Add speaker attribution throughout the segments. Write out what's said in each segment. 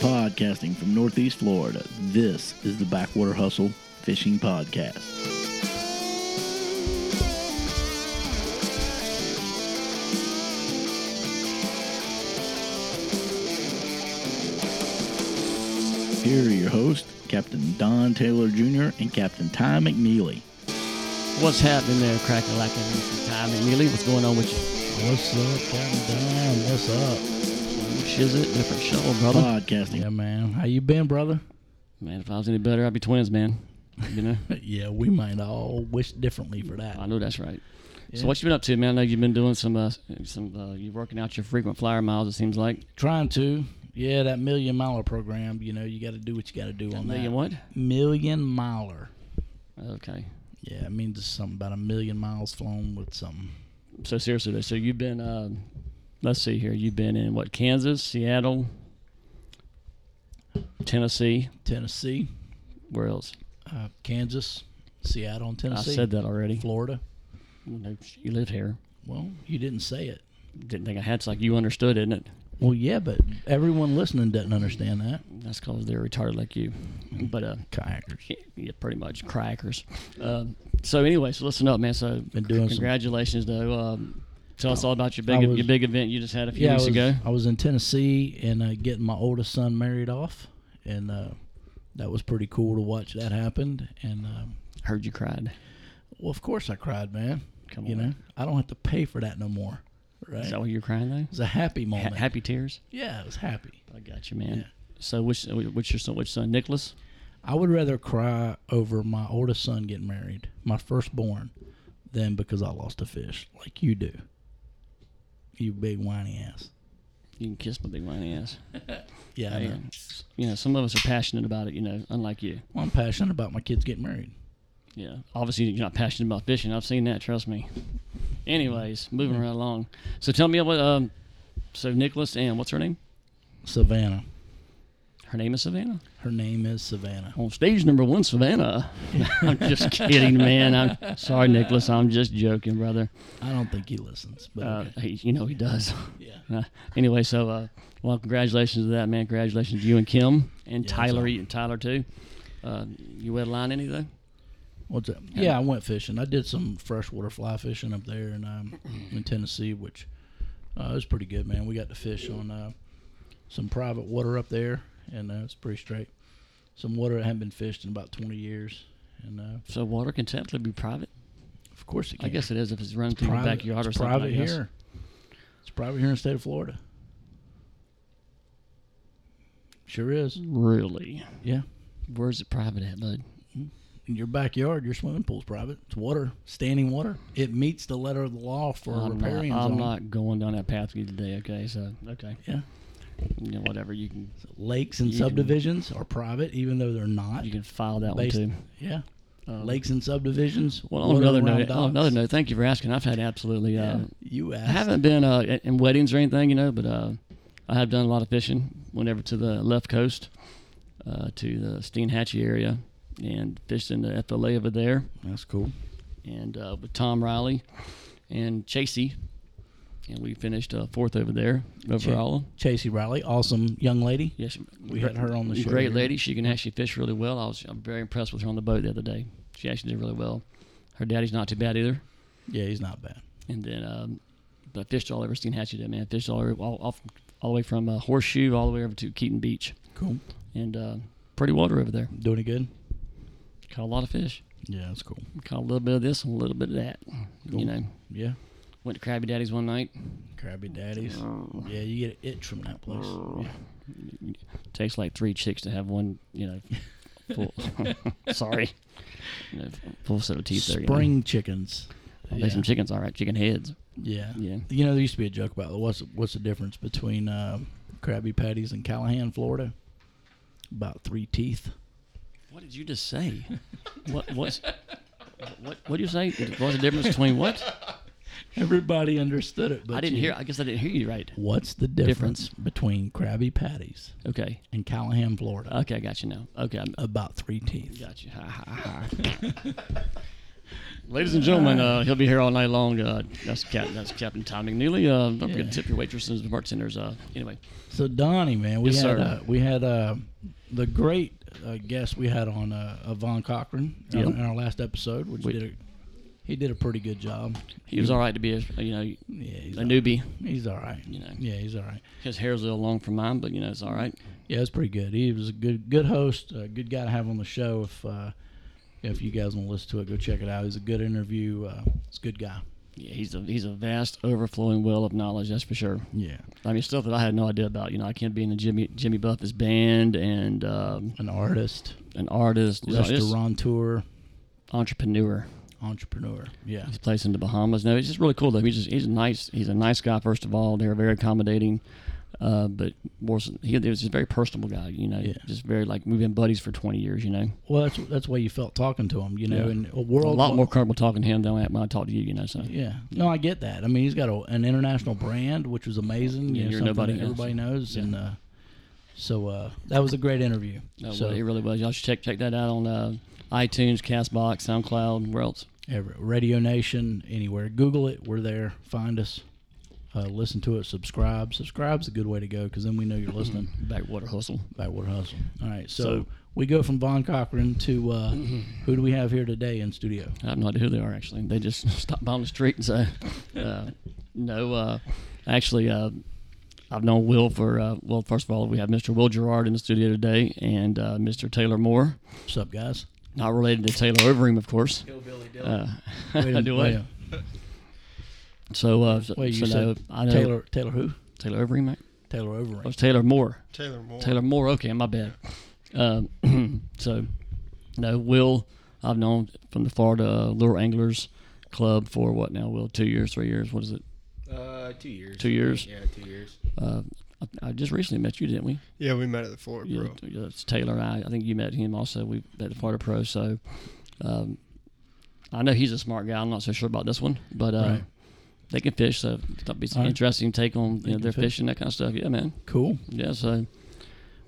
Speaker 1: Broadcasting from Northeast Florida, this is the Backwater Hustle Fishing Podcast. Here are your hosts, Captain Don Taylor Jr. and Captain Ty McNeely.
Speaker 2: What's happening there, Cracker Lacking? This is Ty McNeely. What's going on with you?
Speaker 3: What's up, Captain Don? What's up?
Speaker 2: Shiz it, different show, brother.
Speaker 1: Podcasting.
Speaker 3: Yeah, man. How you been, brother?
Speaker 2: Man, if I was any better, I'd be twins, man. You know,
Speaker 3: yeah, we might all wish differently for that.
Speaker 2: I know that's right. So what you been up to, man? I know you've been doing some, uh, some. Uh, you're working out your frequent flyer miles. It seems like.
Speaker 3: Trying to. Yeah, that million miler program. You know, you got to do what you got to do on
Speaker 2: Now you
Speaker 3: that.
Speaker 2: what?
Speaker 3: Million miler.
Speaker 2: Okay.
Speaker 3: Yeah, it means it's something about a million miles flown with something.
Speaker 2: So seriously, though, so you've been. Uh, let's see here. You've been in what? Kansas, Seattle, Tennessee.
Speaker 3: Tennessee,
Speaker 2: Where else?
Speaker 3: uh, Kansas, Seattle, and Tennessee.
Speaker 2: I said that already.
Speaker 3: Florida.
Speaker 2: You know, You live here.
Speaker 3: Well, you didn't say it.
Speaker 2: Didn't think I had. It's like you understood, isn't it?
Speaker 3: Well, yeah, but everyone listening doesn't understand that.
Speaker 2: That's because they're retarded like you. But uh,
Speaker 3: Kayakers.
Speaker 2: yeah, pretty much crackers. Um, so anyway, so listen up, man. So
Speaker 3: Been doing some- Oh,
Speaker 2: congratulations, though. Um, tell us all about your big e-,
Speaker 3: I was-
Speaker 2: your big event you just had a few weeks
Speaker 3: I was,
Speaker 2: ago.
Speaker 3: I was in Tennessee and uh, getting my oldest son married off, and uh, that was pretty cool to watch that happen. And um,
Speaker 2: Heard you cried.
Speaker 3: well, of course I cried, man.
Speaker 2: Come
Speaker 3: you
Speaker 2: on.
Speaker 3: know, I don't have to pay for that no more, right?
Speaker 2: Is
Speaker 3: It
Speaker 2: that why you're crying though?
Speaker 3: was a happy moment.
Speaker 2: Ha- happy tears.
Speaker 3: yeah, it was happy.
Speaker 2: I got you, man. So which which your son? Which son? Nicholas.
Speaker 3: I would rather cry over my oldest son getting married, my firstborn, than because I lost a fish, like you do. You big whiny ass.
Speaker 2: You can kiss my big whiny ass.
Speaker 3: Yeah, I know.
Speaker 2: Man, You know, some of us are passionate about it. You know, unlike you.
Speaker 3: Well, I'm passionate about my kids getting married.
Speaker 2: Yeah, obviously you're not passionate about fishing. I've seen that. Trust me. Anyways, moving right along. So tell me what. Um, so Nicholas and what's her name?
Speaker 3: Savannah.
Speaker 2: Her name is Savannah.
Speaker 3: Her name is Savannah.
Speaker 2: On stage number one, Savannah. I'm just kidding, man. I'm sorry, Nicholas. I'm just joking, brother.
Speaker 3: I don't think he listens, but
Speaker 2: Uh,
Speaker 3: okay.
Speaker 2: he, you know he does.
Speaker 3: yeah,
Speaker 2: Uh, anyway, so uh, well, congratulations to that man. Congratulations to you and Kim and
Speaker 3: Yeah,
Speaker 2: Tyler
Speaker 3: that's
Speaker 2: and Tyler too. Uh, you wet a line any though?
Speaker 3: what's that? Yeah, I went fishing. I did some freshwater fly fishing up there in um, in Tennessee, which uh, was pretty good, man. We got to fish on uh, some private water up there, and uh, it's pretty straight. Some water that hadn't been fished in about 20 years, and uh,
Speaker 2: So water can technically be private.
Speaker 3: of course it.
Speaker 2: I
Speaker 3: Can.
Speaker 2: guess it is if it's running through your backyard or
Speaker 3: it's
Speaker 2: something. I
Speaker 3: private
Speaker 2: guess.
Speaker 3: here. It's private here in the state of Florida. Sure is.
Speaker 2: Mm. Really?
Speaker 3: Yeah.
Speaker 2: Where's it private at, bud?
Speaker 3: in your backyard, your swimming pool's private. It's water, standing water. It meets the letter of the law for a
Speaker 2: I'm, not,
Speaker 3: riparian
Speaker 2: I'm
Speaker 3: zone.
Speaker 2: not going down that path with you today. Okay, so okay,
Speaker 3: Yeah,
Speaker 2: you know, whatever you can
Speaker 3: lakes and
Speaker 2: You can-
Speaker 3: subdivisions are private, even though they're not.
Speaker 2: you can file that
Speaker 3: Based-
Speaker 2: one too.
Speaker 3: yeah,
Speaker 2: Um,
Speaker 3: lakes and subdivisions.
Speaker 2: Well, on
Speaker 3: water
Speaker 2: another
Speaker 3: around
Speaker 2: note, on
Speaker 3: docks.
Speaker 2: another note, thank you for asking. I've had absolutely.
Speaker 3: Yeah,
Speaker 2: Uh,
Speaker 3: you
Speaker 2: I
Speaker 3: asked.
Speaker 2: haven't been uh, in- in weddings or anything, you know, but uh, I have done a lot of fishing. Went over to the left coast, uh, to the Steenhatchee area, and fished in the FLA over there,
Speaker 3: That's cool.
Speaker 2: and uh, with Tom Riley and Chasey, and we finished uh, fourth over there overall.
Speaker 3: Chasey Riley, awesome young lady.
Speaker 2: Yes,
Speaker 3: We had her on the show.
Speaker 2: Great
Speaker 3: here.
Speaker 2: lady. She can actually fish really well. I was I'm very impressed with her on the boat the other day. She actually did really well. Her daddy's not too bad either.
Speaker 3: Yeah, he's not bad.
Speaker 2: And then, um, but I fished all over Steenhatchee, there, man. I fished all, over, all, all, all the way from uh, Horseshoe all the way over to Keaton Beach.
Speaker 3: Cool.
Speaker 2: And uh, pretty water over there.
Speaker 3: Doing it good.
Speaker 2: Caught a lot of fish.
Speaker 3: Yeah, that's cool.
Speaker 2: Caught a little bit of this and a little bit of that.
Speaker 3: Cool.
Speaker 2: You know,
Speaker 3: Yeah,
Speaker 2: went to Krabby Daddy's one night.
Speaker 3: Krabby Daddies.
Speaker 2: Oh.
Speaker 3: Yeah, you get an itch from that place. Yeah.
Speaker 2: Takes like three chicks to have one, you know, full, sorry, you know, full set of teeth there. you know.
Speaker 3: Spring chickens.
Speaker 2: I'll make some chickens, all right, chicken heads.
Speaker 3: Yeah.
Speaker 2: Yeah.
Speaker 3: You know, there used to be a joke about what's what's the difference between uh, Krabby Patties and Callahan, Florida? About three teeth.
Speaker 2: What did you just say? what what's what what do you say? What's the difference between what?
Speaker 3: Everybody understood it, but
Speaker 2: I didn't
Speaker 3: you.
Speaker 2: hear. I guess I didn't hear you right.
Speaker 3: What's the difference, between Krabby Patties
Speaker 2: Okay.
Speaker 3: and Callahan, Florida?
Speaker 2: Okay, I got you now. Okay, I
Speaker 3: about three teeth.
Speaker 2: got you. Ha, ha, ha. Ladies and gentlemen, uh, he'll be here all night long. Uh, that's Captain. That's Captain Tom McNeely. Uh, don't forget to tip your waitresses and bartenders. Uh, anyway,
Speaker 3: So Donnie, man, we
Speaker 2: Yes,
Speaker 3: had
Speaker 2: sir.
Speaker 3: uh, we had uh, the great uh, guest we had on uh, Yvonne Cochran
Speaker 2: Yeah.
Speaker 3: on- in our last episode, which
Speaker 2: We-
Speaker 3: did a, he did a pretty good job.
Speaker 2: he was all right to be a you know
Speaker 3: Yeah, he's
Speaker 2: a newbie.
Speaker 3: He's all right.
Speaker 2: You know.
Speaker 3: Yeah, he's all right.
Speaker 2: His hair's a little long for mine, but you know it's all right.
Speaker 3: Yeah, it's pretty good. He was a good good host, a good guy to have on the show. If uh, if you guys want to listen to it, go check it out. He's a good interview. Uh, he's a good guy.
Speaker 2: Yeah, he's a he's a vast, overflowing well of knowledge. That's for sure.
Speaker 3: Yeah,
Speaker 2: I mean, stuff that I had no idea about. You know, I can't be in the Jimmy Jimmy Buffett's band and um,
Speaker 3: an artist,
Speaker 2: an artist, you know, just
Speaker 3: restaurateur,
Speaker 2: entrepreneur.
Speaker 3: entrepreneur. Yeah,
Speaker 2: He's placed in the Bahamas. No, it's just really cool though. He's just he's a nice he's a nice guy. First of all, they're very accommodating. Uh, but more, so- he, he was just a very personable guy. You know,
Speaker 3: Yeah.
Speaker 2: just very like we've been buddies for twenty years. You know,
Speaker 3: well, that's that's why you felt talking to him. You know,
Speaker 2: Yeah.
Speaker 3: in a
Speaker 2: a
Speaker 3: world
Speaker 2: lot more comfortable talking to him than when I talk to you. You know, so
Speaker 3: Yeah. No, I get that. I mean, he's got a, an international brand, which was amazing. you
Speaker 2: Yeah,
Speaker 3: know,
Speaker 2: you're
Speaker 3: something
Speaker 2: nobody
Speaker 3: that
Speaker 2: else.
Speaker 3: everybody knows. And uh, so uh, that was a great interview.
Speaker 2: No,
Speaker 3: so
Speaker 2: well, it really was. Y'all should check check that out on uh, iTunes, Castbox, SoundCloud, where else?
Speaker 3: every, Radio Nation, anywhere, Google it. We're there. Find us. Uh, listen to it. Subscribe. Subscribe's a good way to go because then we know you're listening.
Speaker 2: Backwater Hustle.
Speaker 3: Backwater hustle. All right. So,
Speaker 2: Mm-hmm. So- Mm-hmm.
Speaker 3: we go from Von Cochran to uh, who do we have here today in studio?
Speaker 2: I have no idea who they are actually. They just stopped by on the street and say, uh, "No, uh, actually, uh, I've known Will for uh, well. First of all, we have Mr. Will Gerard in the studio today, and uh, Mr. Taylor Moore,
Speaker 3: What's up, guys?
Speaker 2: not related to Taylor Overeem, of course.
Speaker 4: Hillbilly Dylan.
Speaker 2: Uh,
Speaker 3: a-
Speaker 2: do
Speaker 3: wait
Speaker 2: I?
Speaker 3: a-
Speaker 2: So, uh, so,
Speaker 3: Wait, you
Speaker 2: so no,
Speaker 3: said
Speaker 2: I know Taylor,
Speaker 3: Taylor. Taylor who?
Speaker 2: Taylor Overeem. right?
Speaker 3: Taylor
Speaker 2: Oh,
Speaker 3: Overeem.
Speaker 2: it's Taylor Moore.
Speaker 4: Taylor Moore.
Speaker 2: Taylor Moore. Okay, my bad. Um, so, no, Will, I've known from the Florida uh, Lure Anglers Club for what now, Will? Two years, three years? What is it?
Speaker 4: Uh, two years.
Speaker 2: Two years.
Speaker 4: Yeah, two years.
Speaker 2: Uh, I, I just recently met you, didn't we?
Speaker 5: Yeah, we met at the Florida
Speaker 2: Yeah,
Speaker 5: Pro.
Speaker 2: t- yeah, it's Taylor. and I, I think you met him also. We met the Florida Pro. So, um, I know he's a smart guy. I'm not so sure about this one, but uh,
Speaker 3: Right.
Speaker 2: they can fish. So that'll be some
Speaker 3: All right.
Speaker 2: interesting take on you know,
Speaker 3: can
Speaker 2: their
Speaker 3: fish.
Speaker 2: fishing, that kind of stuff. Yeah, man.
Speaker 3: Cool.
Speaker 2: Yeah. So,
Speaker 3: Well,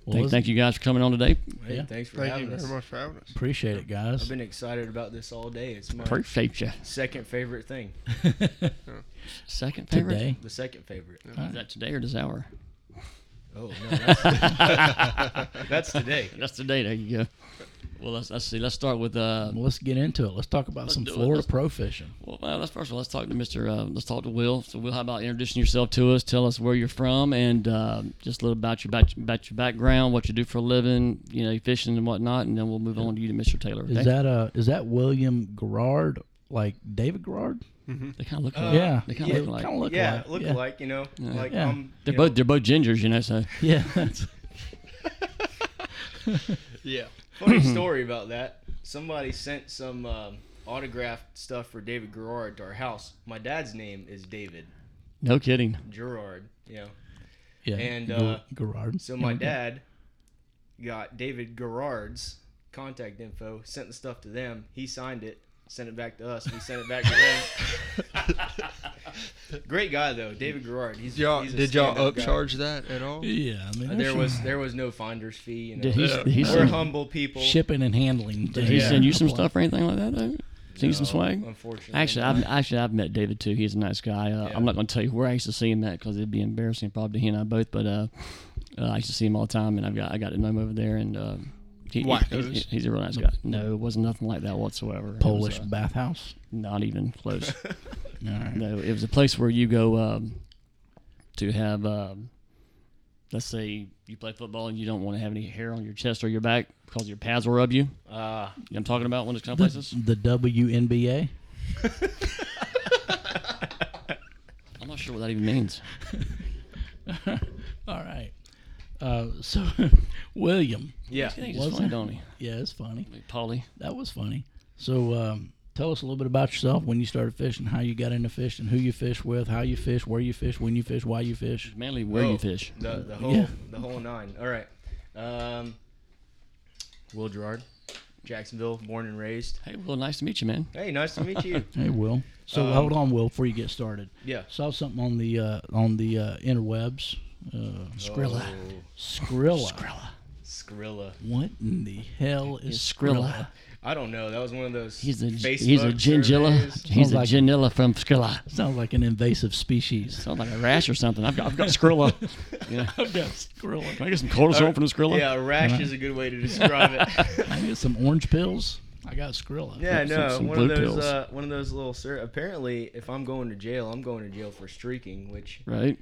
Speaker 2: thank,
Speaker 3: let's-
Speaker 2: thank you guys for coming on today.
Speaker 4: Hey,
Speaker 3: Yeah.
Speaker 4: Thanks for
Speaker 5: Thank you
Speaker 4: having
Speaker 5: very
Speaker 4: us.
Speaker 5: much for having us.
Speaker 3: Appreciate it, guys.
Speaker 4: I've been excited about this all day. It's my
Speaker 2: Appreciate you.
Speaker 4: second favorite thing.
Speaker 2: Second favorite.
Speaker 3: today.
Speaker 4: The second favorite.
Speaker 2: Is that today or this hour?
Speaker 4: Oh no, that's, that's today.
Speaker 2: That's today. There you go. Well, let's, let's see. Let's start with uh.
Speaker 3: Well, let's get into it. Let's talk about some
Speaker 2: do it.
Speaker 3: Florida
Speaker 2: Let's-
Speaker 3: pro fishing.
Speaker 2: Well, well, let's first of all let's talk to Mr. Uh, let's talk to Will. So, Will, how about introducing yourself to us? Tell us where you're from and uh, just a little about your about, your- about your background, what you do for a living, you know, your fishing and whatnot, and then we'll move on to you to Mr. Taylor.
Speaker 3: Is
Speaker 2: okay?
Speaker 3: that uh is that William Garrard like David Garrard?
Speaker 2: they kind of look
Speaker 4: Uh,
Speaker 2: alike.
Speaker 3: yeah.
Speaker 2: they kind
Speaker 3: yeah,
Speaker 2: of look
Speaker 3: kinda
Speaker 2: alike.
Speaker 3: look
Speaker 4: yeah,
Speaker 3: alike.
Speaker 4: look
Speaker 3: yeah.
Speaker 4: alike. You know, like
Speaker 3: Yeah.
Speaker 4: um,
Speaker 2: They're
Speaker 4: you
Speaker 2: both
Speaker 4: know,
Speaker 2: they're both gingers, you know. So
Speaker 3: Yeah, that's-
Speaker 5: Yeah.
Speaker 4: funny story about that. Somebody sent some um, autographed stuff for David Gerard to our house. My dad's name is David
Speaker 2: no kidding.
Speaker 4: Gerard. You know,
Speaker 3: yeah.
Speaker 4: And,
Speaker 3: Gar-
Speaker 4: uh,
Speaker 3: Garrard.
Speaker 4: so
Speaker 3: Yeah,
Speaker 4: my
Speaker 3: okay.
Speaker 4: dad got David Gerard's contact info, sent the stuff to them. He signed it, sent it back to us. We sent it back to them. Great guy though, David Gerard. He's,
Speaker 5: Y'all,
Speaker 4: he's a
Speaker 5: did y'all
Speaker 4: stand-up guy. Uh,
Speaker 5: upcharge that at all?
Speaker 3: Yeah, I mean
Speaker 4: There
Speaker 3: that's-
Speaker 4: was there was no finder's fee. You know.
Speaker 2: Did he?
Speaker 5: Yeah.
Speaker 2: Did he,
Speaker 4: We're
Speaker 2: send,
Speaker 4: humble people.
Speaker 3: shipping and handling.
Speaker 2: did he
Speaker 4: Yeah.
Speaker 2: send you some stuff or anything like that? Though? Send you some
Speaker 4: No,
Speaker 2: swag?
Speaker 4: Unfortunately,
Speaker 2: Actually,
Speaker 4: not.
Speaker 2: I've actually I've met David too. He's a nice guy. Uh, I'm
Speaker 4: Yeah.
Speaker 2: not going to tell you where I used to see him at because it'd be embarrassing probably to he and I both. But uh, uh, I used to see him all the time, and I've got I got to know him over there. And uh, he, he-
Speaker 5: Wackos.
Speaker 2: he's, he's a real nice guy. No, it wasn't nothing like that whatsoever. It was,
Speaker 3: Polish
Speaker 2: uh,
Speaker 3: bathhouse.
Speaker 2: not even close.
Speaker 3: All right.
Speaker 2: no, it was a place where you go um, to have. Um, let's say you play football and you don't want to have any hair on your chest or your back because your pads will rub you. You
Speaker 4: Ah,
Speaker 2: know what I'm talking about one of those kind of places.
Speaker 3: The WNBA.
Speaker 2: I'm not sure what that even means.
Speaker 3: All right. Uh, so William.
Speaker 4: yeah.
Speaker 2: I think
Speaker 3: Was
Speaker 2: it's funny, don't he?
Speaker 3: Yeah, it's funny.
Speaker 2: Polly.
Speaker 3: That was funny. So, um, tell us a little bit about yourself when you started fishing, how you got into fishing, who you fish with, how you fish, where you fish, when you fish, why you fish.
Speaker 2: Mainly where
Speaker 4: Oh,
Speaker 2: you fish.
Speaker 4: The, the whole
Speaker 3: yeah.
Speaker 4: the whole nine. All right. Um, Will Gerard, Jacksonville, born and raised.
Speaker 2: Hey, well, nice to meet you, man.
Speaker 4: Hey, nice to meet you.
Speaker 3: Hey, Will. Uh, So
Speaker 4: Um,
Speaker 3: hold on, Will, before you get started.
Speaker 4: Yeah.
Speaker 3: Saw something on the uh, on the uh, interwebs. Uh, Skrilla.
Speaker 4: Oh,
Speaker 3: Skrilla. Skrilla.
Speaker 4: Skrilla.
Speaker 3: What in the hell is
Speaker 2: Skrilla.
Speaker 3: Skrilla?
Speaker 4: I don't know. That was one of those.
Speaker 2: He's a he's a
Speaker 4: Facebook
Speaker 2: gingilla.
Speaker 4: surveys.
Speaker 2: He's
Speaker 3: Sounds
Speaker 2: a
Speaker 3: like-
Speaker 2: gingilla from Skrilla.
Speaker 3: Sounds like an invasive species.
Speaker 2: Sounds like a rash or something. I've got I've got Skrilla. You know,
Speaker 3: I've got Skrilla.
Speaker 2: Can I get some cortisone from the Skrilla?
Speaker 4: Yeah, a rash is a good way to describe it.
Speaker 3: I get some orange pills. I got Skrilla.
Speaker 4: Yeah,
Speaker 2: Some-
Speaker 4: no,
Speaker 2: some
Speaker 4: one of
Speaker 2: blue
Speaker 4: those,
Speaker 2: pills.
Speaker 4: uh, one of those little. Sir, apparently, if I'm going to jail, I'm going to jail for streaking. Which
Speaker 2: Right.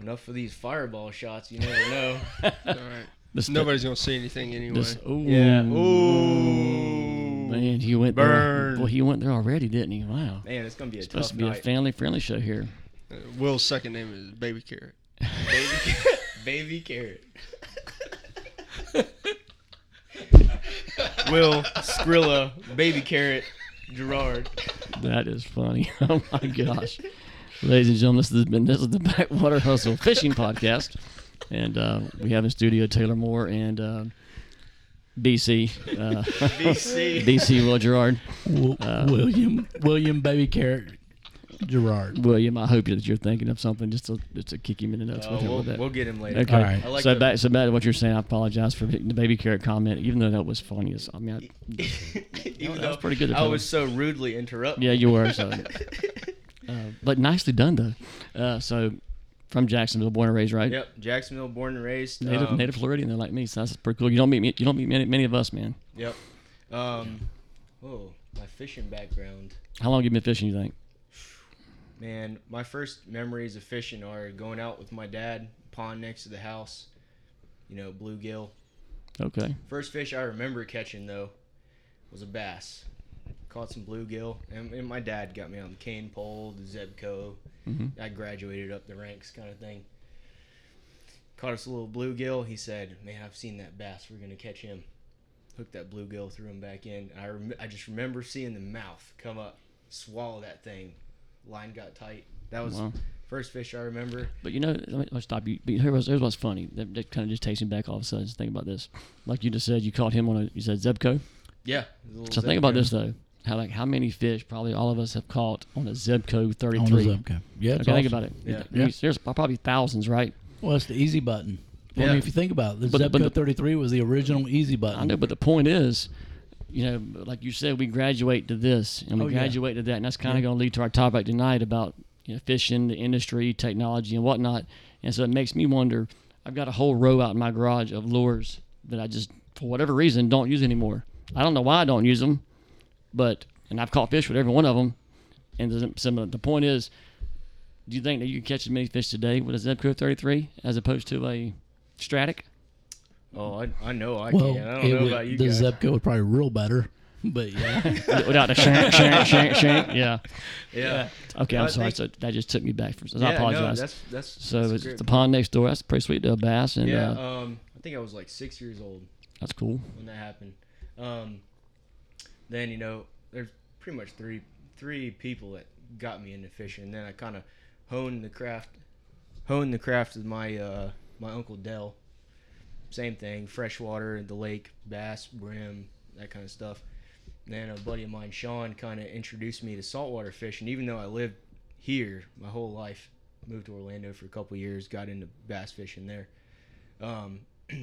Speaker 4: enough of these fireball shots, you never know.
Speaker 5: All right.
Speaker 2: This
Speaker 5: Nobody's gonna see anything anyway.
Speaker 2: This, ooh,
Speaker 4: yeah. Ooh.
Speaker 2: Man, he went there.
Speaker 5: Burn.
Speaker 2: Well, he went there already, didn't he? Wow.
Speaker 4: Man, it's gonna be a
Speaker 2: Supposed
Speaker 4: tough
Speaker 2: to be a
Speaker 4: night.
Speaker 2: family friendly show here.
Speaker 5: Uh, Will's second name is Baby Carrot.
Speaker 4: baby, baby carrot. Will Skrilla, baby carrot, Gerard.
Speaker 2: That is funny. Oh my gosh. Ladies and gentlemen, this has been this is the Backwater Hustle Fishing Podcast. And uh, we have in studio Taylor Moore and uh, BC. Uh,
Speaker 4: BC.
Speaker 2: BC Will Gerard.
Speaker 3: Wi- William William Baby Carrot Gerard.
Speaker 2: William, I hope that you're thinking of something just to, just to kick him in the nuts
Speaker 4: Uh,
Speaker 2: with, him
Speaker 4: we'll,
Speaker 2: with that.
Speaker 4: we'll get him later.
Speaker 2: Okay.
Speaker 3: All right.
Speaker 4: I like
Speaker 2: so
Speaker 4: the-
Speaker 2: back so back to what you're saying. I apologize for the baby carrot comment, even though that was funny. As, I mean, I,
Speaker 4: Even
Speaker 2: was
Speaker 4: though
Speaker 2: pretty good at
Speaker 4: I
Speaker 2: telling.
Speaker 4: was so rudely interrupted.
Speaker 2: yeah, you were. So, uh, but nicely done though. Uh, so from Jacksonville, born and raised, right?
Speaker 4: Yep, Jacksonville, born and raised.
Speaker 2: Native,
Speaker 4: um,
Speaker 2: native Floridian, they're like me, so that's pretty cool. You don't meet me, you don't meet many, many of us, man.
Speaker 4: Yep. Um, whoa, my fishing background.
Speaker 2: How long have you been fishing? You think?
Speaker 4: Man, my first memories of fishing are going out with my dad, pond next to the house, you know, bluegill.
Speaker 2: Okay,
Speaker 4: First fish I remember catching, though, was a bass. Caught some bluegill, and, and my dad got me on the cane pole, the Zebco. I graduated up the ranks, kind of thing. Caught us a little bluegill. He said, "Man, I've seen that bass. We're gonna catch him." Hooked that bluegill, threw him back in. And I rem- I just remember seeing the mouth come up, swallow that thing. Line got tight. That was
Speaker 2: Wow.
Speaker 4: first fish I remember.
Speaker 2: but you know, let me, let me stop you. But here's, what's- here's what's funny. That, that kind of just takes me back all of a sudden. Just think about this. Like you just said, you caught him on a. You said Zebco.
Speaker 4: Yeah. it was a little
Speaker 2: So think about
Speaker 4: Zebco.
Speaker 2: this though. How like how many fish probably all of us have caught on a Zebco
Speaker 3: On
Speaker 2: 33?
Speaker 3: his up- okay. Yeah, it's
Speaker 2: Okay,
Speaker 3: awesome.
Speaker 2: think about it.
Speaker 4: Yeah.
Speaker 2: I mean, There's probably thousands, right?
Speaker 3: Well, it's the easy button. Well, I
Speaker 4: Yeah.
Speaker 3: mean, if you think about it, the
Speaker 2: But-
Speaker 3: Zebco
Speaker 2: but the-
Speaker 3: 33 was the original easy button.
Speaker 2: I know, but the point is, you know, like you said, we graduate to this and we
Speaker 3: Oh, yeah.
Speaker 2: graduate to that, and that's kind of going to lead to our topic tonight about you know, fishing, the industry, technology, and whatnot. And so it makes me wonder. I've got a whole row out in my garage of lures that I just, for whatever reason, don't use anymore. I don't know why I don't use them, but and I've caught fish with every one of them. And the, so the point is, do you think that you can catch as many fish today with a Zebco 33 as opposed to a Stratic?
Speaker 4: Oh, I, I know I
Speaker 3: well,
Speaker 4: can. I
Speaker 3: it
Speaker 4: don't know
Speaker 3: would-
Speaker 4: about you
Speaker 3: the
Speaker 4: guys.
Speaker 3: Zebco was probably real better, but yeah,
Speaker 2: without a shank, shank, shank, shank. Yeah.
Speaker 4: yeah.
Speaker 2: Okay,
Speaker 4: I
Speaker 2: I'm sorry.
Speaker 4: think-
Speaker 2: so that just took me back. For, so I
Speaker 4: Uh, no,
Speaker 2: apologize.
Speaker 4: that's that's
Speaker 2: so
Speaker 4: that's a
Speaker 2: it's
Speaker 4: great
Speaker 2: the
Speaker 4: point.
Speaker 2: pond next door. That's pretty sweet to a bass, and
Speaker 4: Yeah,
Speaker 2: uh,
Speaker 4: um, I think I was like six years old
Speaker 2: that's cool.
Speaker 4: when that happened. Um, then you know, there's pretty much three three people that got me into fishing. And then I kind of honed the craft, honed the craft with my uh, my uncle Dell. Same thing, freshwater, the lake, bass, brim, that kind of stuff. Then a buddy of mine, Sean, kind of introduced me to saltwater fishing. Even though I lived here my whole life, moved to Orlando for a couple years, got into bass fishing there. Um,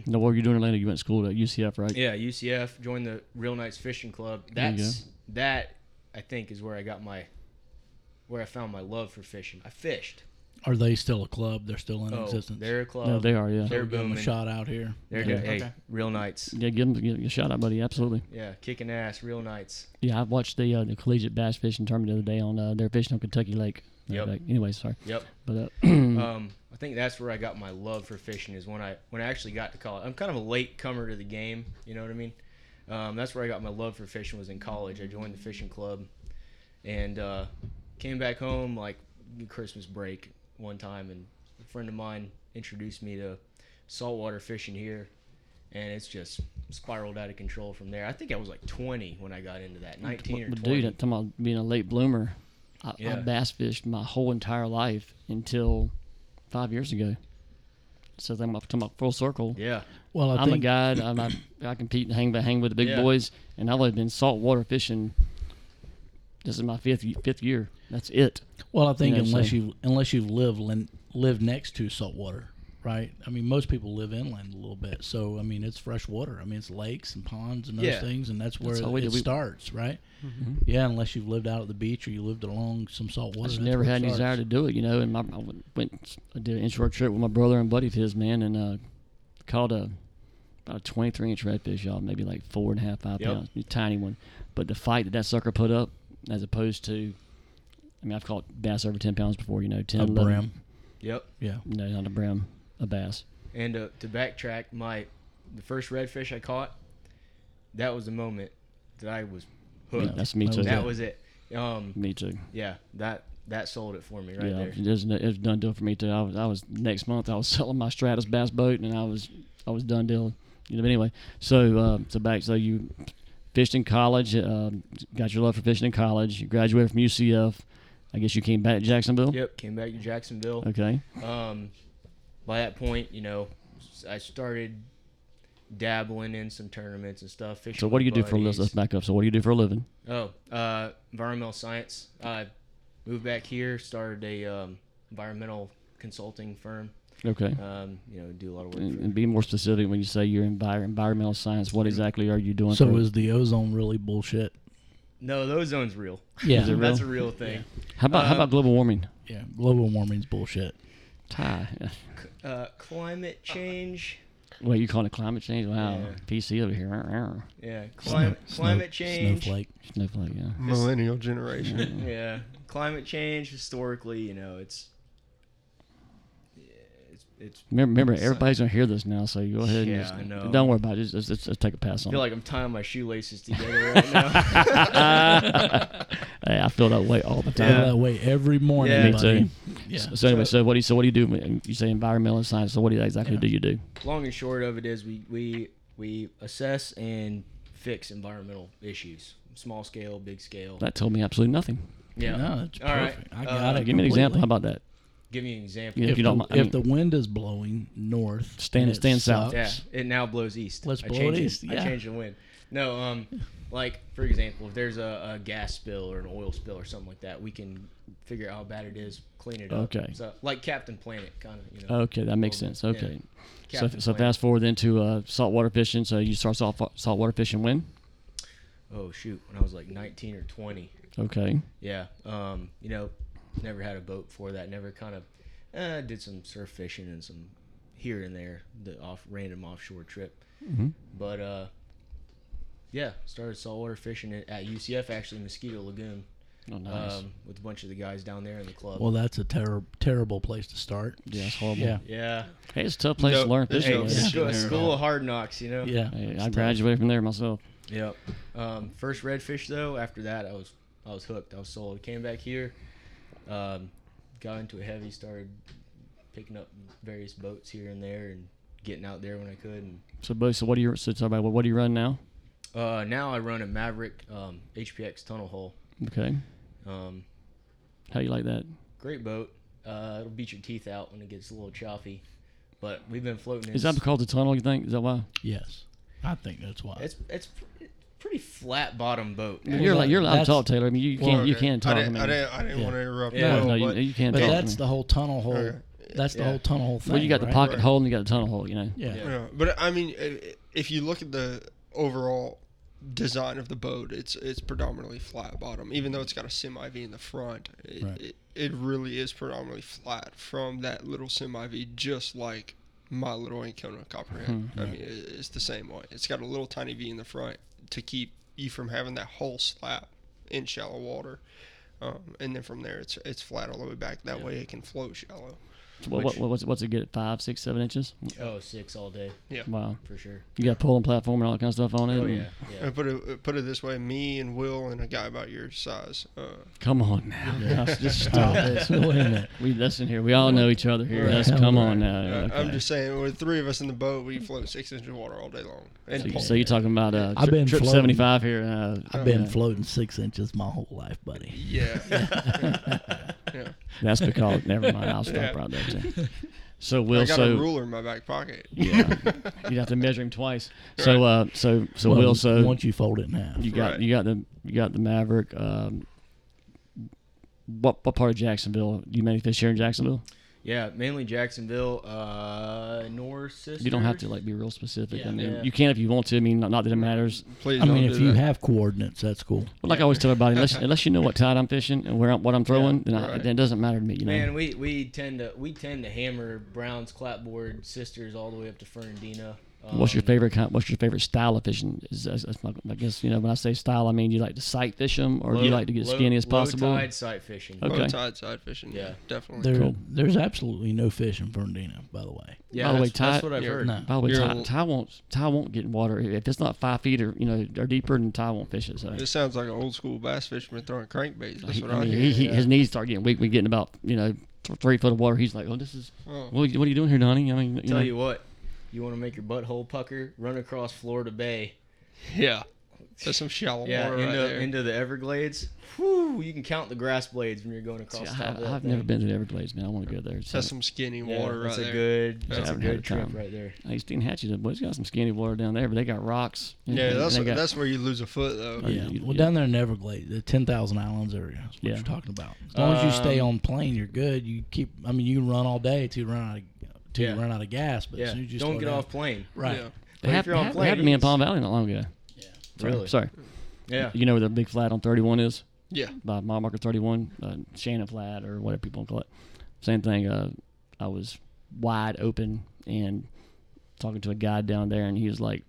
Speaker 2: No, what were you doing in Atlanta? You went to school at UCF, right?
Speaker 4: yeah, UCF joined the Real Nights Fishing Club.
Speaker 2: There you
Speaker 4: That's that I think is where I got my where I found my love for fishing. I fished.
Speaker 3: are they still a club? They're still in
Speaker 4: Oh,
Speaker 3: existence.
Speaker 4: they're a club.
Speaker 2: No, they
Speaker 4: they're
Speaker 2: are. Yeah.
Speaker 4: um, They're
Speaker 3: Give 'em
Speaker 4: booming.
Speaker 3: a shot out here.
Speaker 4: good.
Speaker 2: Yeah.
Speaker 4: Hey,
Speaker 5: Okay.
Speaker 4: Real Nights.
Speaker 2: Yeah, give them, give 'em a shout out, buddy. Absolutely.
Speaker 4: Yeah, kicking ass. Real Nights.
Speaker 2: Yeah, I watched the uh, the collegiate bass fishing tournament the other day on uh, they're fishing on Kentucky Lake.
Speaker 4: Yep.
Speaker 2: Like, anyway, sorry,
Speaker 4: Yep.
Speaker 2: but uh,
Speaker 4: um, I think that's where I got my love for fishing is when I when I actually got to college. I'm kind of a late comer to the game. You know what I mean? Um, that's where I got my love for fishing was in college. I joined the fishing club, and uh, came back home like Christmas break one time, and a friend of mine introduced me to saltwater fishing here, and it's just spiraled out of control from there. I think I was like 20 when I got into that, 19 or
Speaker 2: But
Speaker 4: 20.
Speaker 2: dude, I'm talking about being a late bloomer. I, I
Speaker 4: Yeah.
Speaker 2: bass fished my whole entire life until five years ago. So then I'm talking about full circle.
Speaker 4: yeah,
Speaker 3: Well, I
Speaker 2: I'm a
Speaker 3: think
Speaker 2: guy. I'm a, I compete and hang hang with the big
Speaker 4: Yeah.
Speaker 2: boys, and I've only been saltwater fishing. This is my fifth fifth year. That's it.
Speaker 3: Well, I think
Speaker 2: Yeah,
Speaker 3: unless
Speaker 2: so-
Speaker 3: you unless you've lived lin- lived next to saltwater, right? I mean, most people live inland a little bit, so I mean, it's fresh water. I mean, it's lakes and ponds and those
Speaker 4: Yeah.
Speaker 3: things, and that's where
Speaker 2: That's all we
Speaker 3: it,
Speaker 2: did. We-
Speaker 3: starts, right? Yeah, unless you've lived out at the beach or you lived along some salt water.
Speaker 2: I just
Speaker 3: that's
Speaker 2: never
Speaker 3: where it
Speaker 2: had any
Speaker 3: starts.
Speaker 2: desire to do it, you know. And my, I went, went- I did an inshore trip with my brother and buddy of his, man, and uh, caught a about a 23 inch redfish, y'all, maybe like four and a half, five
Speaker 4: Yep.
Speaker 2: pounds, tiny one. But the fight that that sucker put up, as opposed to, I mean, I've caught bass over 10 pounds before, you know, 10,
Speaker 3: A
Speaker 2: 11.
Speaker 3: brim,
Speaker 4: Yep.
Speaker 3: yeah.
Speaker 2: No, not a brim, a bass.
Speaker 4: And uh, to backtrack, my the first redfish I caught, that was the moment that I was hooked.
Speaker 2: That's me
Speaker 3: That
Speaker 2: too.
Speaker 3: was
Speaker 4: that was it. Um,
Speaker 2: me too.
Speaker 4: yeah, that that sold it for me right
Speaker 2: yeah,
Speaker 4: there.
Speaker 2: it was, it was done deal for me too. I was, I was next month. I was selling my Stratus bass boat, and I was, I was done deal. You know, but anyway, so uh, so back. So you fished in college, uh, got your love for fishing in college. You graduated from UCF. I guess you came back to Jacksonville.
Speaker 4: Yep, came back to Jacksonville.
Speaker 2: Okay.
Speaker 4: Um, by that point, you know, s- I started dabbling in some tournaments and stuff. Fishing
Speaker 2: So what do you
Speaker 4: with
Speaker 2: do for a living?
Speaker 4: buddies.
Speaker 2: Let's back up. So what do you do for a living?
Speaker 4: Oh, uh, environmental science. I moved back here, started a um, environmental consulting firm.
Speaker 2: Okay.
Speaker 4: Um, you know, do a lot of work.
Speaker 2: And,
Speaker 4: For,
Speaker 2: and be more specific when you say you're in bio, environmental science. What exactly are you doing?
Speaker 3: So
Speaker 2: for,
Speaker 3: is the ozone really bullshit?
Speaker 4: no, the ozone's real.
Speaker 3: Yeah,
Speaker 2: it
Speaker 4: That's a real thing.
Speaker 2: how about how
Speaker 4: uh,
Speaker 2: about global warming?
Speaker 3: yeah. Global warming's bullshit.
Speaker 2: Ty,
Speaker 4: Uh, climate change.
Speaker 2: well, you calling it climate change? Wow,
Speaker 4: Yeah.
Speaker 2: PC over here.
Speaker 4: Yeah, climate climate
Speaker 3: Snow-
Speaker 4: change.
Speaker 3: Snowflake.
Speaker 2: Snowflake. Yeah.
Speaker 5: Millennial generation.
Speaker 4: Yeah, climate change historically, you know, it's yeah, it's it's.
Speaker 2: Remember, remember
Speaker 4: So-
Speaker 2: everybody's gonna hear this now, so you go ahead.
Speaker 4: Yeah,
Speaker 2: and just,
Speaker 4: I know.
Speaker 2: Don't worry about it. Just, just, just- just take a pass
Speaker 4: I
Speaker 2: on.
Speaker 4: feel
Speaker 2: it.
Speaker 4: like I'm tying my shoelaces together right now.
Speaker 2: hey, I feel that way all the
Speaker 3: I
Speaker 2: time.
Speaker 3: feel that way every morning.
Speaker 4: Yeah.
Speaker 2: Me
Speaker 3: buddy.
Speaker 2: too.
Speaker 3: Yeah.
Speaker 2: So, so anyway, so what do you so what do you do? You say environmental science. So what do you, exactly do you do?
Speaker 4: Long and short of it is, we we we assess and fix environmental issues, small scale, big scale.
Speaker 2: That told me absolutely nothing.
Speaker 4: Yeah.
Speaker 3: No, it's
Speaker 4: All right.
Speaker 3: perfect. I got
Speaker 4: Uh,
Speaker 3: it.
Speaker 2: Give me an example. How
Speaker 3: completely.
Speaker 2: about that?
Speaker 4: Give me an example.
Speaker 2: Yeah,
Speaker 3: If,
Speaker 2: if you don't
Speaker 3: the,
Speaker 2: mind. I
Speaker 3: if
Speaker 2: mean-
Speaker 3: the wind is blowing north,
Speaker 2: Stand-
Speaker 3: and it
Speaker 2: stand south.
Speaker 4: Yeah,
Speaker 3: sucks,
Speaker 4: it now blows east.
Speaker 3: Let's
Speaker 4: I
Speaker 3: blow
Speaker 4: change
Speaker 3: it east,
Speaker 4: I
Speaker 3: yeah.
Speaker 4: change the wind. No, um, like for example, if there's a, a gas spill or an oil spill or something like that, we can figure out how bad it is, clean it up.
Speaker 2: Okay.
Speaker 4: So like Captain Planet, kind of. You know.
Speaker 2: Okay, that makes sense.
Speaker 4: Yeah.
Speaker 2: Okay. So,
Speaker 4: Captain
Speaker 2: so
Speaker 4: Planet.
Speaker 2: fast forward then to uh, saltwater fishing. So you start salt, saltwater fishing when?
Speaker 4: Oh shoot! When I was like 19 or 20.
Speaker 2: Okay.
Speaker 4: Yeah. Um, you know, never had a boat before that. Never kind of uh, did some surf fishing and some here and there, the off random offshore trip.
Speaker 2: Mm-hmm.
Speaker 4: But uh, yeah, started saltwater fishing at, at UCF actually Mosquito Lagoon
Speaker 2: Oh, nice.
Speaker 4: um, with a bunch of the guys down there in the club.
Speaker 3: Well, that's a ter- terrible place to start.
Speaker 2: yeah, it's horrible.
Speaker 3: Yeah.
Speaker 4: yeah,
Speaker 2: Hey, it's a tough place
Speaker 5: No,
Speaker 2: to learn
Speaker 5: there's
Speaker 2: fishing.
Speaker 5: no
Speaker 2: man.
Speaker 5: fish.
Speaker 4: School,
Speaker 5: Yeah.
Speaker 4: school of hard knocks, you know.
Speaker 3: Yeah.
Speaker 2: Hey,
Speaker 3: it's
Speaker 2: I
Speaker 3: tough.
Speaker 2: graduated from there myself.
Speaker 4: Yep. Um, first redfish though. After that, I was I was hooked. I was sold. Came back here, um, got into a heavy. Started picking up various boats here and there, and getting out there when I could. And
Speaker 2: So, Bo, so what do you so tell me what what do you run now?
Speaker 4: uh, now I run a Maverick um, HPX tunnel hole.
Speaker 2: Okay.
Speaker 4: Um,
Speaker 2: How you like that?
Speaker 4: great boat. Uh, it'll beat your teeth out when it gets a little choppy. But we've been floating. In
Speaker 2: Is that because the tunnel? You think is that why?
Speaker 3: Yes. I think that's why.
Speaker 4: it's it's pr- pretty flat bottom boat.
Speaker 2: you're like you're allowed to
Speaker 3: that's-
Speaker 2: talk, Taylor. I mean, you, you
Speaker 3: Well,
Speaker 2: can't you
Speaker 5: Okay.
Speaker 2: can't talk.
Speaker 5: I
Speaker 2: I
Speaker 5: didn't,
Speaker 2: mean,
Speaker 5: I didn't, I didn't want to interrupt.
Speaker 4: Yeah.
Speaker 5: Will,
Speaker 2: no, you,
Speaker 5: but
Speaker 2: you can't
Speaker 3: but
Speaker 2: talk. I
Speaker 3: that's
Speaker 2: mean.
Speaker 3: the whole tunnel hole.
Speaker 5: Okay.
Speaker 3: That's the
Speaker 4: Yeah.
Speaker 3: whole tunnel hole thing.
Speaker 2: well, you got the
Speaker 3: right?
Speaker 2: pocket
Speaker 5: Right.
Speaker 2: hole and you got the tunnel hole. You know.
Speaker 3: Yeah.
Speaker 4: Yeah.
Speaker 5: Yeah, but I mean, i- i- if you look at the overall design of the boat, it's it's predominantly flat bottom. Even though it's got a sim IV in the front, it,
Speaker 3: Right.
Speaker 5: it, it really is predominantly flat from that little sim IV, just like my little Ancona Copperhead. I mean, it, it's the same way. It's got a little tiny V in the front to keep you from having that whole slap in shallow water. Um, and then from there, it's it's flat all the way back. That way, it can float shallow.
Speaker 2: What, what, what's, what's it get at five, six, seven inches?
Speaker 4: Oh, six all day
Speaker 2: Wow.
Speaker 4: for sure.
Speaker 2: You got a pulling platform and all that kind of stuff on it.
Speaker 4: Oh
Speaker 2: and-
Speaker 4: yeah, yeah.
Speaker 5: Uh, Put it put it this way: me and Will and a guy about your size. Uh,
Speaker 2: Come on now. Gosh, just
Speaker 3: Oh,
Speaker 2: stop
Speaker 3: that's-
Speaker 2: this.
Speaker 3: Wait a minute.
Speaker 2: We listen here. We all know each other here. Let's come on now.
Speaker 5: Uh,
Speaker 2: Oh, Okay.
Speaker 5: I'm just saying, with three of us in the boat, we float six inches of water all day long. And
Speaker 2: so, you-
Speaker 5: Paul-
Speaker 2: so you're talking about uh,
Speaker 3: I've
Speaker 2: tri-
Speaker 3: been
Speaker 2: trip
Speaker 3: floating.
Speaker 2: 75 here. Uh,
Speaker 3: I've been floating six inches my whole life, buddy.
Speaker 5: yeah, yeah.
Speaker 2: That's because never mind. I'll stop right there. Too. So Will,
Speaker 5: I got
Speaker 2: so
Speaker 5: a ruler in my back pocket.
Speaker 2: yeah, you'd have to measure him twice. So uh, so so
Speaker 3: Well,
Speaker 2: Will, so
Speaker 3: once you fold it in half,
Speaker 2: You got
Speaker 5: Right.
Speaker 2: you got the you got the Maverick. Um, what what part of Jacksonville? Do you mainly fish here in Jacksonville?
Speaker 4: Yeah, mainly Jacksonville, uh, North sisters.
Speaker 2: You don't have to like be real specific.
Speaker 3: Yeah.
Speaker 2: I mean,
Speaker 4: Yeah.
Speaker 2: you can if you want to. I mean, not, not that it matters.
Speaker 5: Please
Speaker 3: I
Speaker 5: don't
Speaker 3: mean,
Speaker 5: do
Speaker 3: if you
Speaker 5: that.
Speaker 3: have coordinates, that's cool.
Speaker 2: But like I always tell everybody, unless, unless you know what tide I'm fishing and where I'm, what I'm throwing, then, I,
Speaker 5: right.
Speaker 2: then it doesn't matter to me. You know,
Speaker 4: Man, we, we tend to we tend to hammer Brown's clapboard sisters all the way up to Fernandina. Um,
Speaker 2: what's your favorite kind? What's your favorite style of fishing? Is that's, that's my, I guess you know when I say style, I mean you like to sight fish them, or do you
Speaker 4: low-
Speaker 2: like to get
Speaker 4: low-
Speaker 2: skinny as possible.
Speaker 4: Low tide sight fishing.
Speaker 2: Okay.
Speaker 5: Low tide side fishing. Yeah,
Speaker 4: Yeah.
Speaker 5: definitely.
Speaker 3: There,
Speaker 2: Cool.
Speaker 3: There's absolutely no fish in Fernandina, by the way.
Speaker 4: Yeah,
Speaker 2: By the way,
Speaker 4: that's, that's
Speaker 2: tide-
Speaker 4: what I've
Speaker 5: Yeah.
Speaker 4: heard.
Speaker 3: No.
Speaker 2: By the way,
Speaker 5: You're a
Speaker 2: Ty,
Speaker 5: l-
Speaker 2: Ty won't Ty won't get in water if it's not five feet or you know or deeper. Then Ty won't fish it. So
Speaker 5: This sounds like an old school bass fisherman throwing crankbaits. That's
Speaker 2: he,
Speaker 5: what
Speaker 2: I
Speaker 5: I
Speaker 2: mean,
Speaker 5: hear.
Speaker 2: he, he, his knees start getting weak. We getting about you know th- three foot of water. He's like, oh, this is
Speaker 5: Oh.
Speaker 2: what, what are you doing here, Donnie? I mean, you
Speaker 4: Tell
Speaker 2: know,
Speaker 4: you what, you want to make your butthole pucker? Run across Florida Bay.
Speaker 5: Yeah, that's some shallow
Speaker 4: Yeah,
Speaker 5: water right
Speaker 4: into,
Speaker 5: there.
Speaker 4: into the Everglades. Whew, you can count the grass blades when you're going across.
Speaker 2: see, I,
Speaker 4: the top of
Speaker 2: have-
Speaker 4: that
Speaker 2: I've
Speaker 4: thing.
Speaker 2: never been to the Everglades, man. I want to go there. So
Speaker 5: that's some skinny
Speaker 4: Yeah,
Speaker 5: water right
Speaker 4: that's a
Speaker 5: there.
Speaker 4: good. That's a
Speaker 2: haven't had
Speaker 4: good
Speaker 2: a
Speaker 4: trip
Speaker 2: time.
Speaker 4: right there.
Speaker 2: I used to in Hatchet. The boys got some skinny water down there, but they got rocks. and-
Speaker 5: Yeah,
Speaker 2: and
Speaker 5: that's
Speaker 2: they got- Oh,
Speaker 5: that's where you lose a foot though.
Speaker 2: Yeah,
Speaker 3: Yeah.
Speaker 2: you-
Speaker 3: well,
Speaker 2: you-
Speaker 3: down there in Everglades, the 10,000 Islands area is what
Speaker 2: Yeah. Um,
Speaker 3: you're talking about. As long as you stay on plane, you're good. You keep, I mean, you can run all day till you run out of, till
Speaker 4: Yeah.
Speaker 3: you run out of gas, but as
Speaker 4: Yeah,
Speaker 3: soon as you
Speaker 4: don't
Speaker 3: slow
Speaker 4: get
Speaker 3: down-
Speaker 4: off plane.
Speaker 3: Right.
Speaker 5: Yeah.
Speaker 2: It
Speaker 4: if
Speaker 2: hap-
Speaker 4: you're on
Speaker 2: hap- happened,
Speaker 4: plane,
Speaker 2: to
Speaker 4: you
Speaker 2: me in
Speaker 4: can
Speaker 2: Palm Valley not long ago. Sorry,
Speaker 4: Really?
Speaker 2: Sorry.
Speaker 4: Yeah.
Speaker 2: You know the big flat on 31 is
Speaker 5: Yeah.
Speaker 2: by mile marker 31, uh, Shannon flat or whatever people call it. Same thing. Uh, I was wide open and talking to a guy down there, and he was like,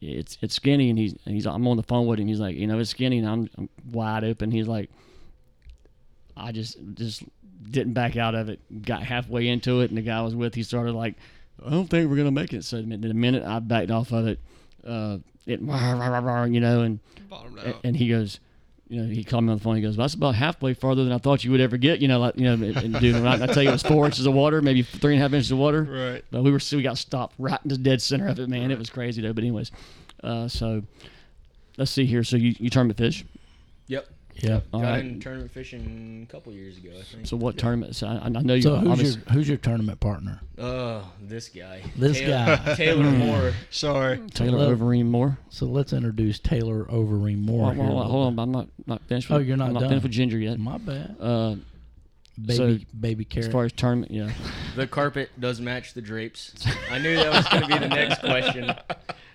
Speaker 2: "It's it's skinny," and he's and he's I'm on the phone with him. He's like, "You know, it's skinny," and I'm, I'm wide open. He's like, "I just just didn't back out of it. Got halfway into it, and the guy I was with, he started like, I don't think we're gonna make it." So the minute, the minute I backed off of it, uh, it you know, and
Speaker 5: Bottomed
Speaker 2: a-
Speaker 5: out.
Speaker 2: and he goes, you know, he called me on the phone. He goes, "That's about halfway farther than I thought you would ever get." You know, like you know, and, and dude, when I, I tell you it was four inches of water, maybe three and a half inches of water.
Speaker 5: Right.
Speaker 2: But we were so we got stopped right in the dead center of it, man. It was crazy though. But anyways, uh, so let's see here. So you you tournament fish.
Speaker 4: Yep.
Speaker 3: Yeah.
Speaker 2: All
Speaker 4: Got
Speaker 2: right.
Speaker 4: in tournament fishing a couple years ago, I think.
Speaker 2: So what tournament? So I, I know you.
Speaker 3: So who's
Speaker 2: obviously-
Speaker 3: your, who's your tournament partner?
Speaker 4: oh, this guy.
Speaker 3: This
Speaker 4: Taylor,
Speaker 3: guy.
Speaker 4: Taylor
Speaker 2: Hmm.
Speaker 4: Moore.
Speaker 5: Sorry.
Speaker 2: Taylor
Speaker 3: Hello?
Speaker 2: Overeem Moore?
Speaker 3: So let's introduce Taylor Overeem Moore.
Speaker 2: Hold on,
Speaker 3: here a
Speaker 2: hold on,
Speaker 3: little
Speaker 2: hold on, but I'm not not finished.
Speaker 3: Oh,
Speaker 2: With,
Speaker 3: you're not
Speaker 2: I'm not
Speaker 3: done.
Speaker 2: finished with Ginger
Speaker 3: bit.
Speaker 2: yet.
Speaker 3: My bad.
Speaker 2: Uh,
Speaker 3: Baby, baby carrot.
Speaker 2: as far as tournament, yeah.
Speaker 4: The carpet does match the drapes. I knew that was going to be the next question.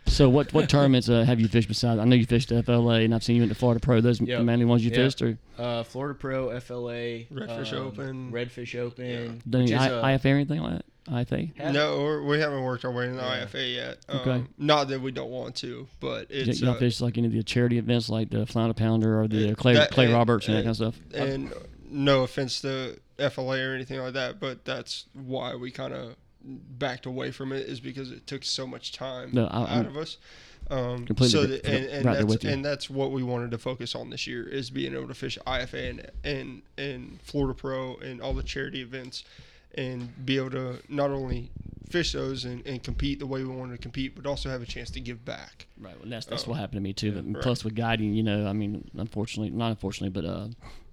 Speaker 2: So what what tournaments uh, have you fished besides? I know you fished FLA, and I've seen you went to Florida Pro. Those
Speaker 4: Yeah.
Speaker 2: the mainly ones you
Speaker 4: Yeah.
Speaker 2: fished, or
Speaker 4: Uh, Florida Pro, FLA,
Speaker 5: Redfish Open.
Speaker 4: um, Redfish Open.
Speaker 2: done any
Speaker 4: which is
Speaker 2: I,
Speaker 5: uh,
Speaker 4: a-
Speaker 2: IFA or anything like that? IFA.
Speaker 4: Have-
Speaker 5: No, we're, we haven't worked our way in the IFA yet. Um,
Speaker 2: Okay.
Speaker 5: Not that we don't want to, but
Speaker 2: You,
Speaker 5: it's
Speaker 2: you don't
Speaker 5: uh,
Speaker 2: fish like any of the charity events, like the Flounder Pounder or the
Speaker 5: Uh,
Speaker 2: uh, Clay
Speaker 5: that-
Speaker 2: Clay
Speaker 5: uh,
Speaker 2: Roberts and that
Speaker 5: uh,
Speaker 2: kind of stuff.
Speaker 5: and no offense to FLA or anything like that, but that's why we kind of backed away from it is because it took so much time
Speaker 2: No, I-
Speaker 5: out
Speaker 2: I'm
Speaker 5: of us. Um,
Speaker 2: completely
Speaker 5: so
Speaker 2: agree-
Speaker 5: that,
Speaker 2: right
Speaker 5: and, and,
Speaker 2: there with
Speaker 5: that's,
Speaker 2: you.
Speaker 5: and that's what we wanted to focus on this year is being able to fish IFA and and, and Florida Pro and all the charity events and be able to not only fish those and, and compete the way we wanted to compete, but also have a chance to give back.
Speaker 2: Right. Well, that's that's what happened to me too. But
Speaker 5: oh, right.
Speaker 2: plus with guiding, you know, I mean, unfortunately, not unfortunately, but uh,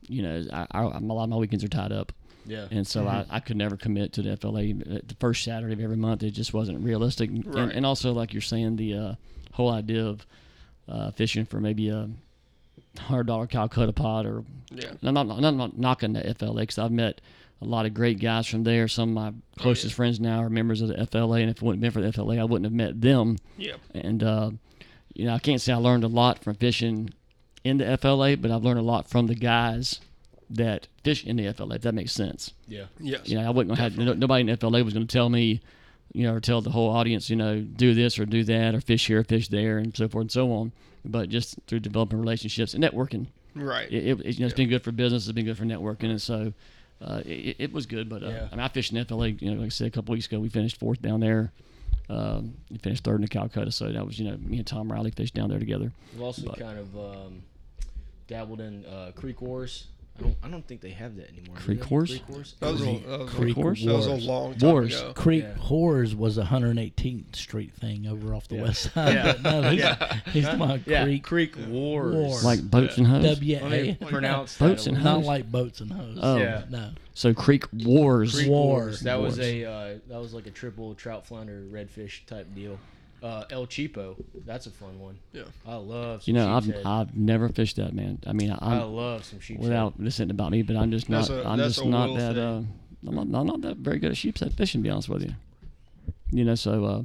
Speaker 2: you know, I, I, a lot of my weekends are tied up.
Speaker 4: Yeah.
Speaker 2: And so
Speaker 5: Mm-hmm.
Speaker 2: I, I could never commit to the FLA at uh, the first Saturday of every month. It just wasn't realistic.
Speaker 5: Right.
Speaker 2: And, and also, like you're saying, the uh, whole idea of uh, fishing for maybe a hundred dollar Calcutta pot, or
Speaker 5: Yeah.
Speaker 2: And I'm not, I'm not knocking the FLA because I've met a lot of great guys from there. Some of my closest friends now are members of the FLA, and if it wouldn't have been for the FLA, I wouldn't have met them
Speaker 5: Yeah.
Speaker 2: and uh, you know I can't say I learned a lot from fishing in the FLA, but I've learned a lot from the guys that fish in the FLA. If that makes sense,
Speaker 4: Yeah.
Speaker 5: Yes.
Speaker 2: you know I wouldn't have no, nobody in FLA was going to tell me, you know, or tell the whole audience, you know, do this or do that or fish here, fish there, and so forth and so on. But just through developing relationships and networking,
Speaker 5: Right.
Speaker 2: it, it, it's, you know, it's been good for business. It's been good for networking, and so uh, it, it was good. But uh,
Speaker 4: Yeah.
Speaker 2: I, mean, I fished in FLA. You know, like I said, a couple weeks ago, we finished fourth down there. Um, we finished third in Calcutta, so that was you know me and Tom Riley fished down there together.
Speaker 4: We've also
Speaker 2: But-
Speaker 4: kind of um, dabbled in uh, Creek Wars. I don't, I don't think they have that anymore. do
Speaker 2: Creek
Speaker 4: they?
Speaker 2: Wars?
Speaker 4: Creek Wars?
Speaker 5: That was, a, that, was
Speaker 3: Creek
Speaker 5: a,
Speaker 2: Wars?
Speaker 5: that was a
Speaker 3: Wars.
Speaker 5: long time
Speaker 2: Wars.
Speaker 5: ago.
Speaker 3: Creek
Speaker 4: Yeah.
Speaker 3: Horrors was a 118th Street thing over off the west side.
Speaker 4: Yeah.
Speaker 3: But no, he's, he's my
Speaker 4: Yeah.
Speaker 3: Creek,
Speaker 4: Creek Wars.
Speaker 3: Wars.
Speaker 2: Like boats and hose.
Speaker 4: Let me
Speaker 3: W A.
Speaker 4: pronounce
Speaker 2: Boats
Speaker 4: that a
Speaker 2: and
Speaker 4: little-
Speaker 3: Not like boats and hoes.
Speaker 2: Oh.
Speaker 4: Yeah.
Speaker 3: No.
Speaker 2: so Creek Wars.
Speaker 4: Creek
Speaker 3: War.
Speaker 4: Wars. That was
Speaker 2: Wars.
Speaker 4: a uh, that was like a triple trout flounder redfish type deal. Uh, El Cheapo, that's a fun one.
Speaker 5: Yeah.
Speaker 4: I love. Some
Speaker 2: You know, I've
Speaker 4: sheep's head.
Speaker 2: I've never fished that man. I mean, I,
Speaker 4: I
Speaker 2: I'm
Speaker 4: love some sheep's head.
Speaker 2: without this isn't about me, but I'm just not
Speaker 5: That's a-
Speaker 2: I'm
Speaker 5: that's
Speaker 2: just
Speaker 5: a
Speaker 2: not
Speaker 5: Will
Speaker 2: that
Speaker 5: thing.
Speaker 2: uh, I'm not, I'm not that very good at sheep's head fishing, to be honest with you. You know, so uh,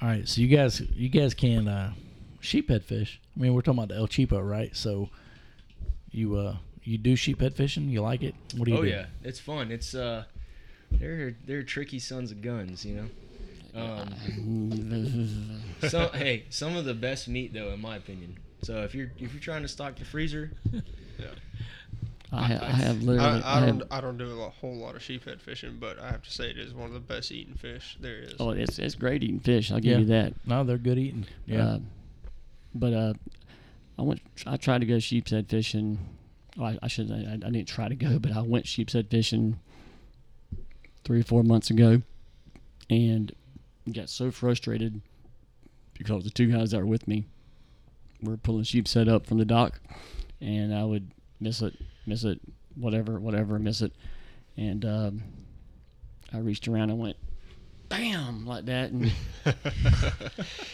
Speaker 3: All right, so you guys, you guys can uh, sheephead fish. I mean, we're talking about the El Cheapo, right? So, you uh, you do sheephead fishing? You like it? What do you
Speaker 4: Oh
Speaker 3: do?
Speaker 4: yeah, it's fun. It's uh, they're they're tricky sons of guns, you know. Um, so hey, some of the best meat though, in my opinion. So if you're if you're trying to stock the freezer,
Speaker 2: I, ha- I have literally.
Speaker 5: I, I
Speaker 2: have-
Speaker 5: don't I don't do a lo- whole lot of sheephead fishing, but I have to say it is one of the best eating fish there is.
Speaker 2: oh, it's it's great eating fish. I'll give
Speaker 3: Yeah.
Speaker 2: you that.
Speaker 3: No, they're good eating. Yeah.
Speaker 2: Uh, but uh, I went. I tried to go sheep's head fishing. Oh, I, I shouldn't. I, I didn't try to go, but I went sheep's head fishing three or four months ago, and got so frustrated because the two guys that were with me were pulling sheep's head up from the dock, and I would miss it, miss it, whatever, whatever, miss it, and um, I reached around and went, bam, like that, and.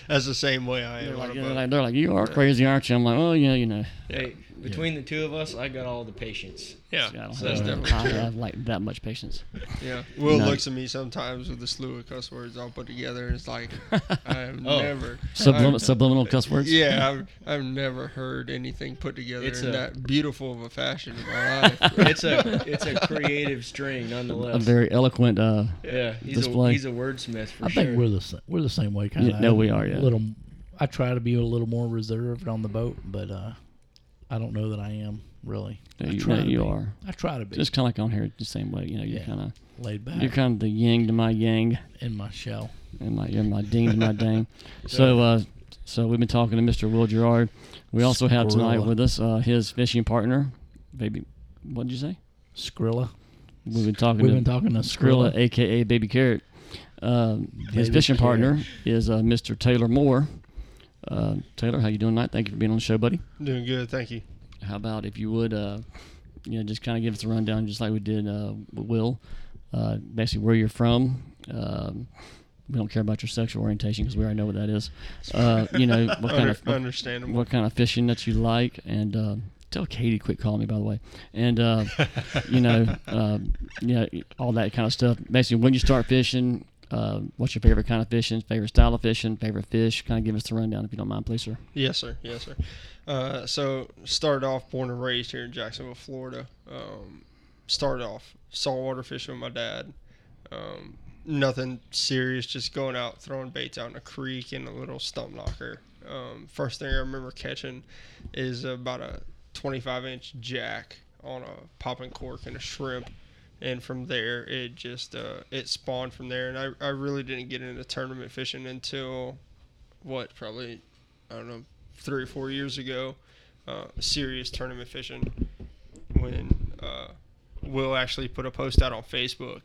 Speaker 5: That's the same way I
Speaker 2: They're
Speaker 5: am. on
Speaker 2: like,
Speaker 5: a
Speaker 2: they're
Speaker 5: boat.
Speaker 2: like, they're like, you are crazy, aren't you? I'm like, oh yeah, you know,
Speaker 4: hey, between the two of us, I got all the patience.
Speaker 5: yeah,
Speaker 2: I don't
Speaker 5: so that's
Speaker 2: have,
Speaker 5: definitely
Speaker 2: I have like that much patience.
Speaker 5: Yeah. Will
Speaker 2: No.
Speaker 5: looks at me sometimes with a slew of cuss words all put together, and it's like, I've
Speaker 4: Oh.
Speaker 5: never.
Speaker 2: Subliminal,
Speaker 5: I've-
Speaker 2: subliminal cuss words.
Speaker 5: Yeah, I've, I've never heard anything put together
Speaker 4: It's
Speaker 5: in
Speaker 4: a-
Speaker 5: that beautiful of a fashion in my life.
Speaker 4: It's a it's a creative string
Speaker 2: a
Speaker 4: nonetheless.
Speaker 2: very eloquent. Uh,
Speaker 4: yeah, he's
Speaker 2: display.
Speaker 4: a he's a wordsmith for
Speaker 3: I
Speaker 4: sure.
Speaker 3: think we're the sa- we're the same way, kind of.
Speaker 2: Yeah, no, we are, yeah.
Speaker 3: Little, I try to be a little more reserved on the boat, but uh, I don't know that I am really. I
Speaker 2: you,
Speaker 3: try
Speaker 2: know,
Speaker 3: to
Speaker 2: you
Speaker 3: be.
Speaker 2: are
Speaker 3: I try to be
Speaker 2: just kind of like on here the same way. You know, you're
Speaker 3: Yeah.
Speaker 2: kind of
Speaker 3: laid back
Speaker 2: you're kind of the yang to my yang,
Speaker 3: in my shell.
Speaker 2: and my you're my ding to my dang. So, uh, so we've been talking to Mr. Will Gerard. We also have tonight
Speaker 3: Gorilla.
Speaker 2: with us uh, his fishing partner, baby. What did you say?
Speaker 3: Skrilla.
Speaker 2: We've been talking.
Speaker 3: We've
Speaker 2: to,
Speaker 3: been talking to
Speaker 2: Skrilla,
Speaker 3: Skrilla.
Speaker 2: aka Baby Carrot. Um, his
Speaker 3: Baby
Speaker 2: fishing
Speaker 3: Carrot.
Speaker 2: partner is uh, Mr. Taylor Moore. Uh, Taylor, how you doing tonight? Thank you for being on the show, buddy.
Speaker 5: Doing good, thank you.
Speaker 2: How about if you would, uh, you know, just kind of give us a rundown, just like we did uh, with Will. Uh, basically, where you're from. Um, we don't care about your sexual orientation because we already know what that is. Uh, you know what kind
Speaker 5: Under,
Speaker 2: of what,
Speaker 5: understandable.
Speaker 2: what kind of fishing that you like, and uh, tell Katie quit calling me by the way, and uh, you know, uh, you know, all that kind of stuff. Basically, when you start fishing, uh, what's your favorite kind of fishing, favorite style of fishing, favorite fish? Kind of give us the rundown if you don't mind, please, sir.
Speaker 5: Yes, sir. Yes, sir. Uh, so started off born and raised here in Jacksonville, Florida. Um, started off saltwater fishing with my dad. Um, nothing serious, just going out throwing baits out in a creek and a little stump knocker. Um, first thing I remember catching is about a 25 inch jack on a popping cork and a shrimp. And from there, it just uh, it spawned from there, and I, I really didn't get into tournament fishing until what probably I don't know, three or four years ago, uh, serious tournament fishing when uh, Will actually put a post out on Facebook.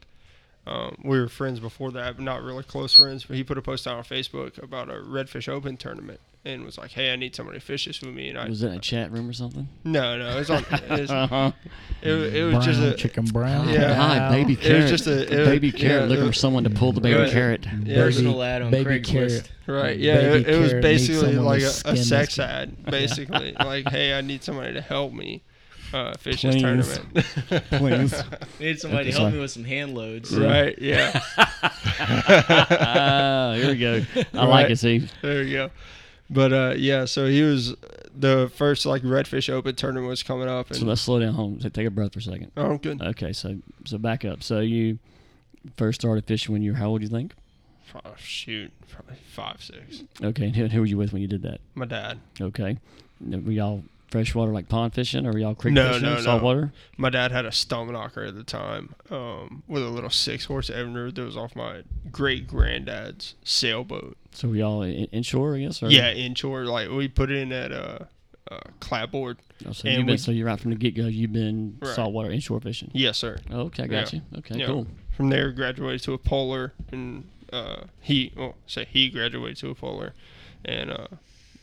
Speaker 5: Um, we were friends before that, but not really close friends. But he put a post out on Facebook about a Redfish Open tournament and was like, "Hey, I need somebody to fish this with me." And I
Speaker 2: Was that in a chat room or something?
Speaker 5: no, no, it was on. It was,
Speaker 2: huh.
Speaker 5: it, was- it
Speaker 3: Brown
Speaker 5: was just a
Speaker 3: chicken brown.
Speaker 5: Yeah.
Speaker 2: Hi, baby
Speaker 5: It was
Speaker 2: carrot.
Speaker 5: just a- it was-
Speaker 2: baby carrot
Speaker 5: yeah,
Speaker 2: looking
Speaker 5: it
Speaker 2: for
Speaker 5: was-
Speaker 2: someone to pull the baby
Speaker 5: Right.
Speaker 2: carrot.
Speaker 5: Yeah, it was-
Speaker 4: Personal ad on
Speaker 3: baby
Speaker 4: Craigslist.
Speaker 3: carrot.
Speaker 5: Right.
Speaker 3: Like,
Speaker 5: Yeah.
Speaker 3: baby
Speaker 5: It, it was
Speaker 3: carrot needs
Speaker 5: basically
Speaker 3: someone to
Speaker 5: like a,
Speaker 3: skin
Speaker 5: a
Speaker 3: this
Speaker 5: sex
Speaker 3: guy.
Speaker 5: ad, basically. like, hey, I need somebody to help me uh, fish
Speaker 2: Please.
Speaker 5: this tournament.
Speaker 2: Please.
Speaker 4: Need somebody to
Speaker 2: That's
Speaker 4: help
Speaker 2: fine.
Speaker 4: me with some hand loads.
Speaker 5: right. Yeah.
Speaker 2: Ah, here we go. I like
Speaker 5: Right.
Speaker 2: it. See,
Speaker 5: there you go. But uh, yeah, so he was the first like Redfish Open tournament was coming up,
Speaker 2: so
Speaker 5: and
Speaker 2: let's slow down. Home. Take a breath for a second.
Speaker 5: oh, I'm good.
Speaker 2: Okay, so so back up. So you first started fishing when you were how old? You think?
Speaker 5: Oh, shoot, probably five six.
Speaker 2: Okay, and who, who were you with when you did that?
Speaker 5: My dad.
Speaker 2: Okay. Now, Were y'all freshwater like pond fishing or were y'all creek
Speaker 5: No,
Speaker 2: fishing?
Speaker 5: no, no.
Speaker 2: saltwater?
Speaker 5: My dad had a stump knocker at the time, um, with a little six horse Evinrude that was off my great granddad's sailboat.
Speaker 2: So were y'all in- inshore, I guess? Or?
Speaker 5: Yeah, inshore. Like we put it in at uh, uh, clapboard.
Speaker 2: Oh, so,
Speaker 5: and
Speaker 2: you've been,
Speaker 5: we-
Speaker 2: so you're right from the get go, you've been
Speaker 5: Right.
Speaker 2: saltwater inshore fishing.
Speaker 5: Yes, sir.
Speaker 2: Okay, got
Speaker 5: Yeah.
Speaker 2: you. Okay,
Speaker 5: Yeah.
Speaker 2: cool.
Speaker 5: From there, graduated to a polar, and uh, he, well, say he graduated to a polar, and uh,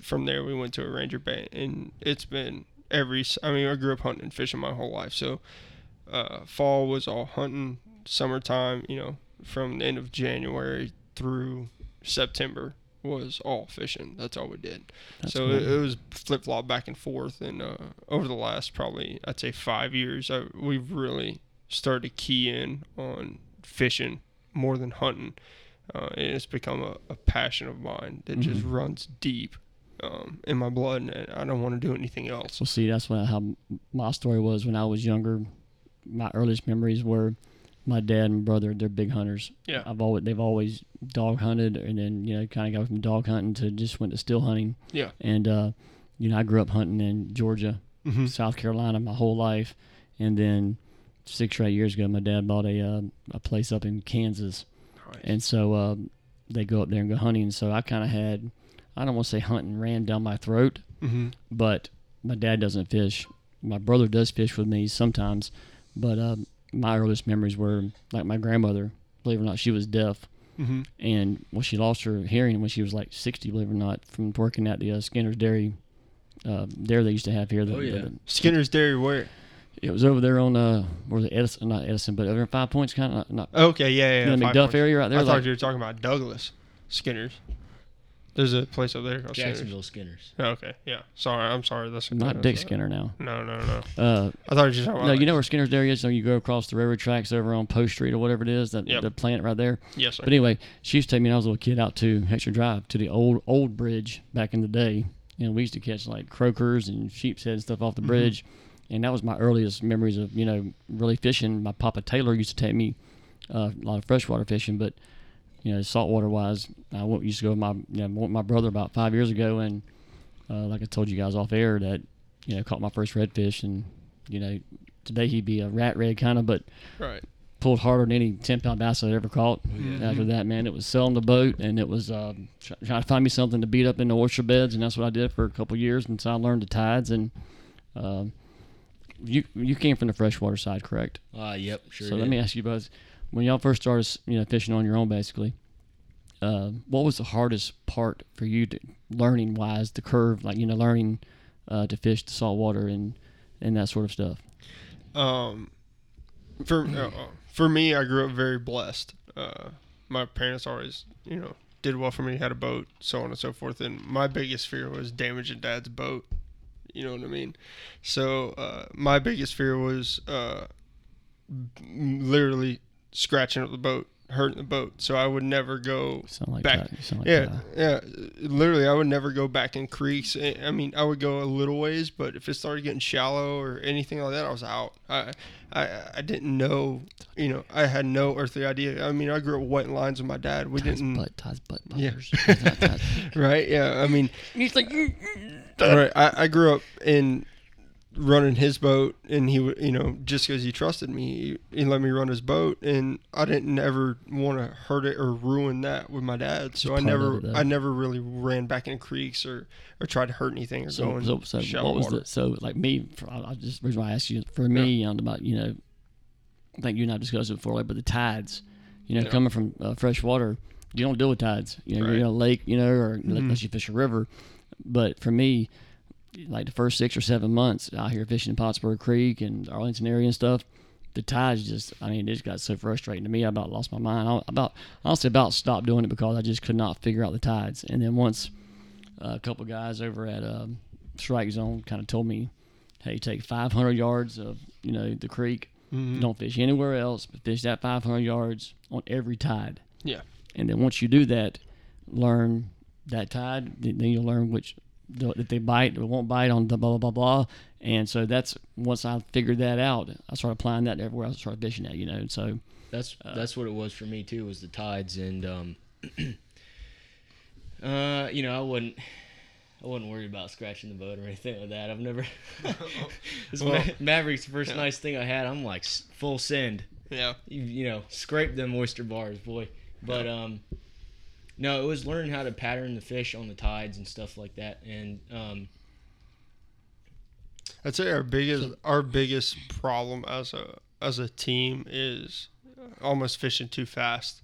Speaker 5: from there we went to a ranger band, and it's been every. s- I mean, I grew up hunting and fishing my whole life, so uh, fall was all hunting, summertime, you know, from the end of January through September was all fishing. That's all we did.
Speaker 2: That's
Speaker 5: so it,
Speaker 2: cool.
Speaker 5: it was flip flop back and forth, and uh, over the last probably I'd say five years, I, we've really started to key in on fishing more than hunting. Uh, and it's become a, a passion of mine that just
Speaker 2: Mm-hmm.
Speaker 5: runs deep um, in my blood, and I don't want to do anything else.
Speaker 2: So see, that's what, how my story was when I was younger. My earliest memories were my dad and brother. They're big hunters.
Speaker 5: Yeah.
Speaker 2: I've always they've always dog hunted, and then you know kind of got from dog hunting to just went to still hunting.
Speaker 5: Yeah.
Speaker 2: And uh, you know I grew up hunting in Georgia, South Carolina my whole life, and then six or eight years ago my dad bought a uh, a place up in Kansas, and so uh, they go up there and go hunting. And so I kind of had I don't want to say hunting ran down my throat,
Speaker 5: Mm-hmm.
Speaker 2: but my dad doesn't fish. My brother does fish with me sometimes, but uh, my earliest memories were like my grandmother. Believe it or not, she was deaf,
Speaker 5: Mm-hmm.
Speaker 2: and when she lost her hearing when she was like sixty, believe it or not, from working at the uh, Skinner's Dairy, uh, dairy they used to have here. The,
Speaker 4: Oh, yeah.
Speaker 2: the-
Speaker 5: Skinner's Dairy where?
Speaker 2: it was over there on uh, where was it Edison? Not Edison, but over in Five Points, kind of not, not
Speaker 5: Okay, yeah, yeah.
Speaker 2: in the
Speaker 5: Five
Speaker 2: McDuff
Speaker 5: Points.
Speaker 2: area right there.
Speaker 5: I
Speaker 2: like-
Speaker 5: thought you were talking about Douglas Skinner's. There's a place up there called
Speaker 4: Jacksonville Skinners.
Speaker 5: Skinner's. Oh, Okay, yeah. Sorry, I'm sorry. That's
Speaker 2: not Dick Skinner now.
Speaker 5: No, no, no.
Speaker 2: Uh,
Speaker 5: I thought you were talking about.
Speaker 2: no,
Speaker 5: like-
Speaker 2: you know where Skinner's Dairy is. So you go across the railroad tracks over on Post Street or whatever it is. That
Speaker 5: Yep.
Speaker 2: the plant right there.
Speaker 5: Yes, sir.
Speaker 2: But anyway, she used to take me when I was a little kid out to Hector Drive to the old old bridge back in the day. And we used to catch like croakers and sheep's head and stuff off the bridge. And that was my earliest memories of, you know, really fishing. My Papa Taylor used to take me uh, a lot of freshwater fishing, but, you know, saltwater wise, I went, used to go with my, you know, went with my brother about five years ago. And uh, like I told you guys off air, that, you know, caught my first redfish. And, you know, today he'd be a rat red kind of, but
Speaker 5: right.
Speaker 2: pulled harder than any 10 pound bass I'd ever caught. After that, man, it was selling the boat and it was um, tr- trying to find me something to beat up in the orchard beds. And that's what I did for a couple years until I learned the tides. And um, you you came from the freshwater side, correct?
Speaker 4: Ah, yep, sure.
Speaker 2: so
Speaker 4: did.
Speaker 2: let me ask you both when y'all first started you know, fishing on your own, basically, uh, what was the hardest part for you to learning wise, the curve, like, you know, learning uh, to fish the salt water and, and that sort of stuff?
Speaker 5: Um, for uh, uh, for me, I grew up very blessed. Uh, my parents always, you know, did well for me. Had a boat, so on and so forth. And my biggest fear was damaging dad's boat. You know what I mean? So uh, my biggest fear was uh, m- literally scratching up the boat, hurting the boat. So I would never go
Speaker 2: Sound like
Speaker 5: back.
Speaker 2: that. Sound like uh,
Speaker 5: yeah,
Speaker 2: that.
Speaker 5: yeah. Literally, I would never go back in creeks. I I mean, I would go a little ways, but if it started getting shallow or anything like that, I was out. I, I, I didn't know. You know, I had no earthly idea. I mean, I grew up white lines with my dad. We
Speaker 2: Ties
Speaker 5: didn't,
Speaker 2: butt, ties butt,
Speaker 5: Yeah.
Speaker 2: butters. Ties, ties, ties.
Speaker 5: right? Yeah, I mean,
Speaker 2: And he's like, "Mm, mm."
Speaker 5: right. I, I grew up in running his boat, and he would, you know, just because he trusted me, he, he let me run his boat, and I didn't ever want to hurt it or ruin that with my dad. So I
Speaker 2: part
Speaker 5: never,
Speaker 2: of it, uh,
Speaker 5: I never really ran back in creeks or or tried to hurt anything or
Speaker 2: so,
Speaker 5: going
Speaker 2: so, so
Speaker 5: shallow
Speaker 2: what was
Speaker 5: water.
Speaker 2: the, so like me, for, I I just, the reason why I asked you, for me, on about, you know, I think you and I discussed it before, like, but the tides, you know,
Speaker 5: Yeah.
Speaker 2: coming from uh, fresh water, you don't deal with tides. You know,
Speaker 5: Right.
Speaker 2: you're in a lake, you know, or unless you fish a river. But for me, like the first six or seven months out here fishing in Pottsburg Creek and Arlington area and stuff, the tides just, I mean, it just got so frustrating to me. I about lost my mind. I about, I honestly about stopped doing it because I just could not figure out the tides. And then once uh, a couple guys over at um Strike Zone kind of told me, hey, take 500 yards of, you know, the creek. Don't fish anywhere else, but fish that 500 yards on every tide.
Speaker 5: yeah,
Speaker 2: And then once you do that, learn that tide. th- Then you'll learn which if they bite or won't bite on the blah blah blah blah. And so that's once I figured that out, I started applying that everywhere I started fishing at. You know, so
Speaker 4: That's that's what it was for me too. Was the tides and um, uh, you know, I wouldn't. I wasn't worried about scratching the boat or anything like that. I've never. It's Ma-
Speaker 5: Well-
Speaker 4: Maverick's the first nice thing I had. I'm like s- full send.
Speaker 5: yeah.
Speaker 4: You, you know, scrape them oyster bars, boy. But um, no, it was learning how to pattern the fish on the tides and stuff like that. And um,
Speaker 5: I'd say our biggest our biggest problem as a as a team is almost fishing too fast.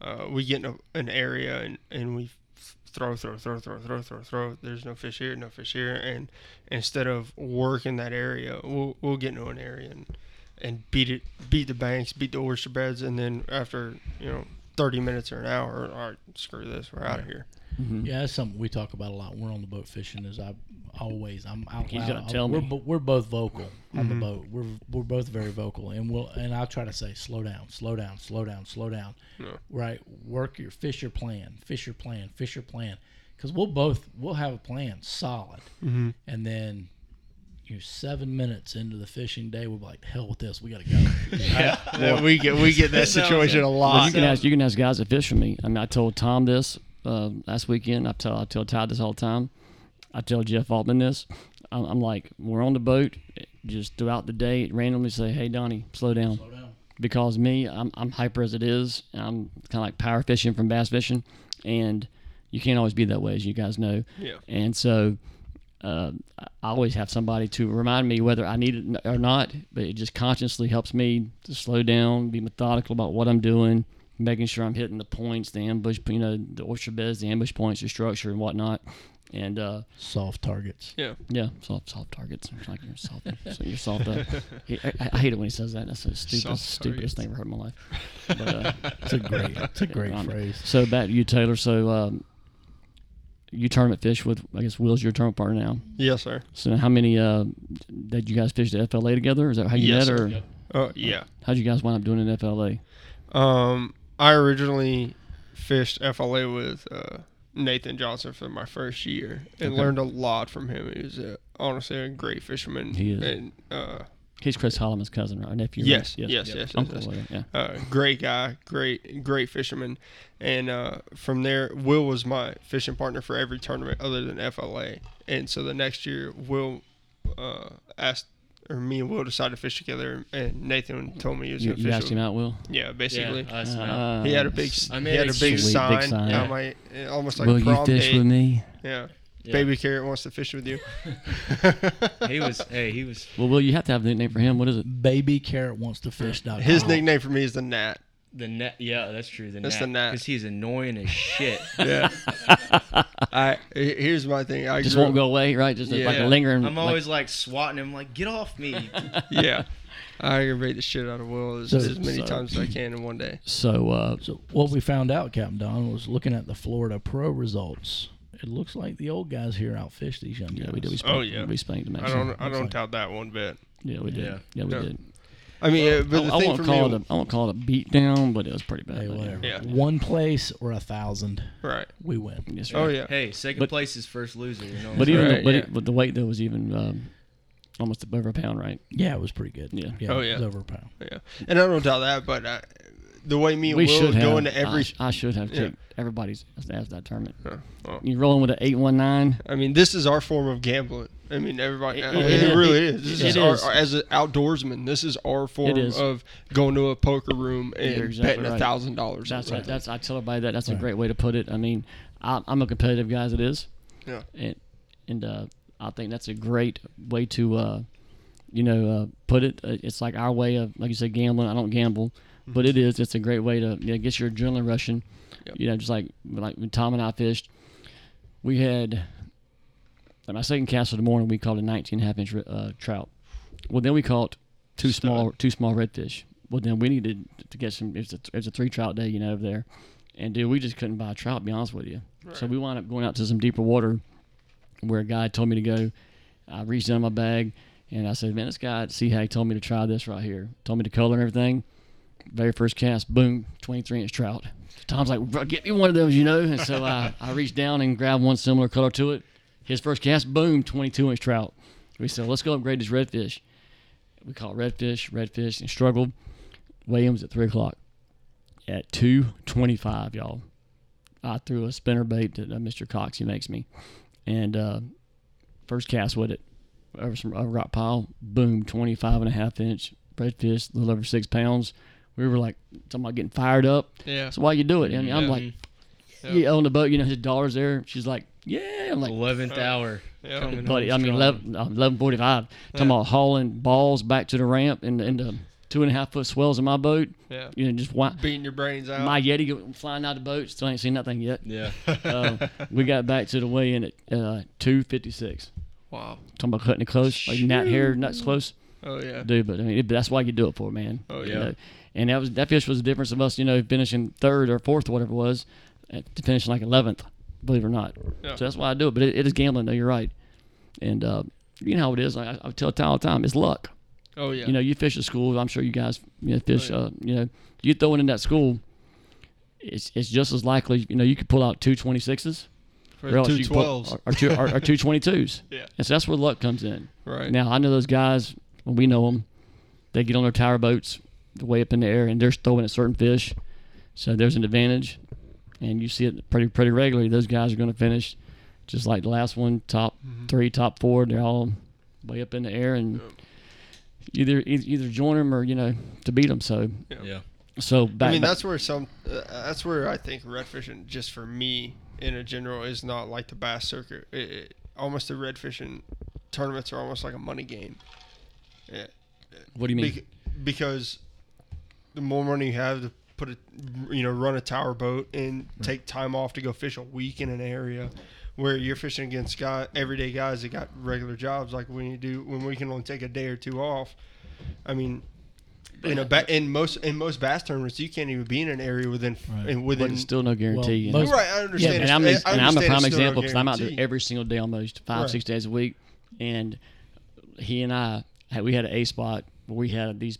Speaker 5: Uh, we get in a, an area and, and we f- throw throw throw throw throw throw throw. There's no fish here, no fish here, and instead of working that area, we'll we'll get into an area and and beat it, beat the banks, beat the oyster beds, and then after you know thirty minutes or an hour, all right, screw this, we're out of here.
Speaker 3: Yeah, that's something we talk about a lot. when We're on the boat fishing. Is I always I'm out
Speaker 2: He's
Speaker 3: loud.
Speaker 2: gotta tell
Speaker 3: we're,
Speaker 2: me.
Speaker 3: bo- we're both vocal. on the boat. We're we're both very vocal, and we'll and I'll try to say, slow down, slow down, slow down, slow down.
Speaker 5: Yeah.
Speaker 3: Right, work your fish your plan, fish your plan, fish your plan, because we'll both we'll have a plan solid, and then. You know, seven minutes into the fishing day, we'll be like, "Hell with this, we gotta go."
Speaker 6: Yeah, we get we get that situation a
Speaker 2: Well,
Speaker 6: lot.
Speaker 2: you can ask you can ask guys that fish for me. I mean, I told Tom this uh, last weekend. I tell I tell Todd this all the time. I tell Jeff Altman this. I'm, I'm like, we're on the boat. Just throughout the day, randomly say, "Hey, Donnie, slow down." Slow
Speaker 3: down.
Speaker 2: Because me, I'm, I'm hyper as it is. and I'm kind of like power fishing from bass fishing, and you can't always be that way, as you guys know.
Speaker 5: Yeah.
Speaker 2: And so, uh, I always have somebody to remind me whether I need it or not, but it just consciously helps me to slow down, be methodical about what I'm doing, making sure I'm hitting the points, the ambush, you know, the oyster beds, the ambush points, the structure, and whatnot. And uh,
Speaker 3: Soft targets.
Speaker 5: Yeah.
Speaker 2: yeah, soft, soft targets. It's like you're soft. so you're soft. Uh, I, I hate it when he says that. That's the stupidest,
Speaker 5: Soft targets.
Speaker 2: stupidest thing I've ever heard in my life. But, uh,
Speaker 3: It's a great, it's a great
Speaker 2: I'm-
Speaker 3: phrase.
Speaker 2: So back to you, Taylor. So um, you tournament fish with, I guess, Will's your tournament partner now.
Speaker 5: Yes, sir.
Speaker 2: So how many uh, did you guys fish the FLA together? Is that how you
Speaker 5: Yes,
Speaker 2: met,
Speaker 5: sir.
Speaker 2: or
Speaker 5: Uh, yeah.
Speaker 2: how'd you guys wind up doing an FLA?
Speaker 5: Um, I originally fished FLA with uh, Nathan Johnson for my first year and learned a lot from him. He was a, honestly a great fisherman.
Speaker 2: He is.
Speaker 5: And uh,
Speaker 2: He's Chris Holloman's cousin, right? Or nephew? right?
Speaker 5: yes, yes, yes, yes, yes,
Speaker 2: Uncle, yeah, yeah.
Speaker 5: Uh, great guy, great, great fisherman. And uh, from there, Will was my fishing partner for every tournament other than FLA. And so the next year, Will uh, asked, or me and Will decided to fish together. And Nathan told me he was
Speaker 2: You,
Speaker 5: going to
Speaker 2: you
Speaker 5: fish.
Speaker 2: asked
Speaker 5: with-
Speaker 2: him out, Will.
Speaker 5: Yeah, basically.
Speaker 4: Yeah, us, man.
Speaker 2: Uh,
Speaker 5: He had a big,
Speaker 4: I
Speaker 5: he
Speaker 4: made
Speaker 5: had
Speaker 4: a
Speaker 5: a big
Speaker 2: sweet big
Speaker 5: sign,
Speaker 2: sign.
Speaker 5: on my, almost like
Speaker 2: Will you
Speaker 5: prom
Speaker 2: fish
Speaker 5: date.
Speaker 2: with me?
Speaker 5: Yeah.
Speaker 4: Yeah.
Speaker 5: baby carrot wants to fish with you.
Speaker 4: he was. Hey, he was.
Speaker 2: Well, Will, you have to have a nickname for him. What is it?
Speaker 3: Baby carrot wants to fish. dot
Speaker 5: His
Speaker 2: Oh.
Speaker 3: com.
Speaker 5: nickname for me is the Nat.
Speaker 4: The net, yeah, that's true. The
Speaker 5: That's the
Speaker 4: net,
Speaker 5: gnat.
Speaker 4: because he's annoying as shit.
Speaker 5: Yeah. I he- here's my thing. I
Speaker 2: Just
Speaker 5: grew
Speaker 2: won't
Speaker 5: up-
Speaker 2: go away, right? Just like
Speaker 5: Yeah.
Speaker 2: a lingering.
Speaker 4: I'm
Speaker 2: like-
Speaker 4: always like swatting him, like get off me.
Speaker 5: Yeah. I aggravate the shit out of Will as,
Speaker 3: So-
Speaker 5: as many
Speaker 3: so-
Speaker 5: times as I can in one day.
Speaker 2: so uh,
Speaker 3: So what we found out, Captain Don, was looking at the Florida Pro results. It looks like the old guys here outfish these young guys.
Speaker 2: yeah, we did. We spanked,
Speaker 5: Oh, yeah.
Speaker 2: we spanked him.
Speaker 5: I
Speaker 2: Actually.
Speaker 5: don't I don't doubt that one bit.
Speaker 2: Yeah, we did. Yeah,
Speaker 4: Yeah.
Speaker 2: we
Speaker 5: Yeah.
Speaker 2: did.
Speaker 5: I mean, uh, but
Speaker 2: I,
Speaker 5: the
Speaker 2: I
Speaker 5: thing
Speaker 2: won't
Speaker 5: for
Speaker 2: call
Speaker 5: me,
Speaker 2: it. A, I won't call it a beat down, but it was pretty bad.
Speaker 3: Hey,
Speaker 2: but yeah.
Speaker 3: whatever.
Speaker 5: Yeah.
Speaker 3: One place or a thousand,
Speaker 5: right?
Speaker 3: we win.
Speaker 2: Yes, sir.
Speaker 5: Oh yeah.
Speaker 4: Hey, second
Speaker 2: But-
Speaker 4: place is first loser. You know.
Speaker 2: But even
Speaker 5: Right,
Speaker 2: though- but,
Speaker 5: yeah.
Speaker 2: it, but the weight though was even um, almost over a pound, right?
Speaker 3: Yeah, it was pretty good.
Speaker 2: Yeah.
Speaker 3: yeah
Speaker 5: Oh,
Speaker 3: it
Speaker 5: yeah.
Speaker 3: was over a pound.
Speaker 5: Yeah. And I don't doubt that, but I, the way me and
Speaker 2: We
Speaker 5: Will
Speaker 2: should have.
Speaker 5: go into every.
Speaker 2: I, sh- I should have
Speaker 5: Yeah.
Speaker 2: kicked everybody's ass that tournament.
Speaker 5: Uh, well,
Speaker 2: You rolling with an eight one nine?
Speaker 5: I mean, this is our form of gambling. I mean, everybody. I mean,
Speaker 2: it
Speaker 5: It,
Speaker 2: is.
Speaker 5: really is. This
Speaker 2: It
Speaker 5: is
Speaker 2: is.
Speaker 5: Our, as an outdoorsman. This is our form
Speaker 2: is.
Speaker 5: of going to a poker room and
Speaker 2: You're exactly
Speaker 5: betting a
Speaker 2: right.
Speaker 5: thousand dollars.
Speaker 2: That's right. That's I tell everybody that. That's a great way to put it. I mean, I, I'm a competitive guy as it is,
Speaker 5: Yeah.
Speaker 2: and and uh, I think that's a great way to, uh, you know, uh, put it. Uh, It's like our way of, like you said, gambling. I don't gamble,
Speaker 5: Mm-hmm.
Speaker 2: but it is. It's a great way to you know, get your adrenaline rushing.
Speaker 5: Yep.
Speaker 2: You know, just like like when Tom and I fished, we had like my second cast of the morning. We caught a 19 half inch uh, trout. Well, then we caught two small two small redfish. Well, then we needed to get some. It's a it's a three trout day, you know, over there. And dude, we just couldn't buy a trout. to Be honest with you. So we wound up going out to some deeper water, where a guy told me to go. I reached down in my bag, and I said, "Man, this guy at Sea Hag told me to try this right here. Told me to color and everything." Very first cast, boom, 23 inch trout. Tom's like, "Bro, get me one of those, you know." And so I, I reached down and grabbed one similar color to it. His first cast, boom, 22 inch trout. We said, "Let's go upgrade this redfish." we caught redfish, redfish, and struggled. Williams at three o'clock. At two twenty-five, y'all, I threw a spinner bait that uh, Mr. Cox he makes me, and uh, first cast with it over some over rock pile. Boom, 25 and a half inch redfish, a little over six pounds. We were like talking about getting fired up.
Speaker 5: Yeah.
Speaker 2: So why you do it? And I'm
Speaker 5: Yeah.
Speaker 2: like, yeah, on the boat, you know, his daughter's there. She's like, yeah. I'm like,
Speaker 4: Eleventh hour.
Speaker 5: Yeah.
Speaker 4: coming
Speaker 2: Buddy, I
Speaker 4: home
Speaker 2: mean,
Speaker 4: strong.
Speaker 2: 11, 1145. Talking about hauling balls back to the ramp and, and the two and a half foot swells in my boat.
Speaker 5: Yeah.
Speaker 2: You know, just why,
Speaker 5: Beating your brains out.
Speaker 2: my Yeti go- flying out the boat. Still ain't seen nothing yet.
Speaker 4: Yeah.
Speaker 2: Uh, we got back to the weigh in at uh, 256.
Speaker 5: wow.
Speaker 2: Talking about cutting it close, like not hair, nuts close.
Speaker 5: Oh yeah.
Speaker 2: Dude, but I mean, it, that's why you do it for, man.
Speaker 5: Oh,
Speaker 2: You
Speaker 5: yeah.
Speaker 2: know? And that was that fish was the difference of us, you know, finishing third or fourth, whatever it was, uh, to finishing like eleventh, believe it or not.
Speaker 5: Yeah.
Speaker 2: So that's why I do it. But it, it is gambling, though. You're right. And uh, you know how it is. I, I tell Ty all the time, it's luck.
Speaker 5: Oh yeah.
Speaker 2: You know, you fish at school. I'm sure you guys you know, fish. Uh, you know, you throw it in that school. It's it's just as likely. You know, you could pull out two twenty sixes.
Speaker 5: for the two twelves.
Speaker 2: or, or two or, or two twenty twos.
Speaker 5: Yeah.
Speaker 2: And so that's where luck comes in.
Speaker 5: Right.
Speaker 2: Now I know those guys. Well, we know them. They get on their tire boats way up in the air, and they're throwing at certain fish. So there's an advantage, and you see it pretty pretty regularly. Those guys are going to finish just like the last one, top
Speaker 5: Mm-hmm.
Speaker 2: three, top four. They're all way up in the air, and either either either join them or you know to beat them. So
Speaker 4: Yeah.
Speaker 2: so back.
Speaker 5: I mean,
Speaker 2: back-
Speaker 5: that's where some. Uh, that's where I think red fishing, just for me in a general, is not like the bass circuit. It, it, almost the red fishing tournaments are almost like a money game. Yeah.
Speaker 2: what do you mean?
Speaker 5: Bec- because the more money you have to put a, you know, run a tower boat and
Speaker 2: Hmm.
Speaker 5: take time off to go fish a week in an area where you're fishing against guy everyday guys that got regular jobs like when you do when we can only take a day or two off. I mean. In a ba- in most in most bass tournaments, you can't even be in an area within
Speaker 3: Right.
Speaker 5: and
Speaker 2: But
Speaker 5: within.
Speaker 2: it's still no guarantee.
Speaker 3: Well,
Speaker 2: you know?
Speaker 3: most-
Speaker 5: right, I understand.
Speaker 2: and
Speaker 5: it's-
Speaker 2: I'm,
Speaker 5: I
Speaker 2: ex- and I'm a
Speaker 5: understand
Speaker 2: prime
Speaker 5: it's still no
Speaker 2: example because I'm out there
Speaker 5: guarantee.
Speaker 2: every single day almost five,
Speaker 5: Right.
Speaker 2: six days a week. And he and I, had- we had an A spot where we had these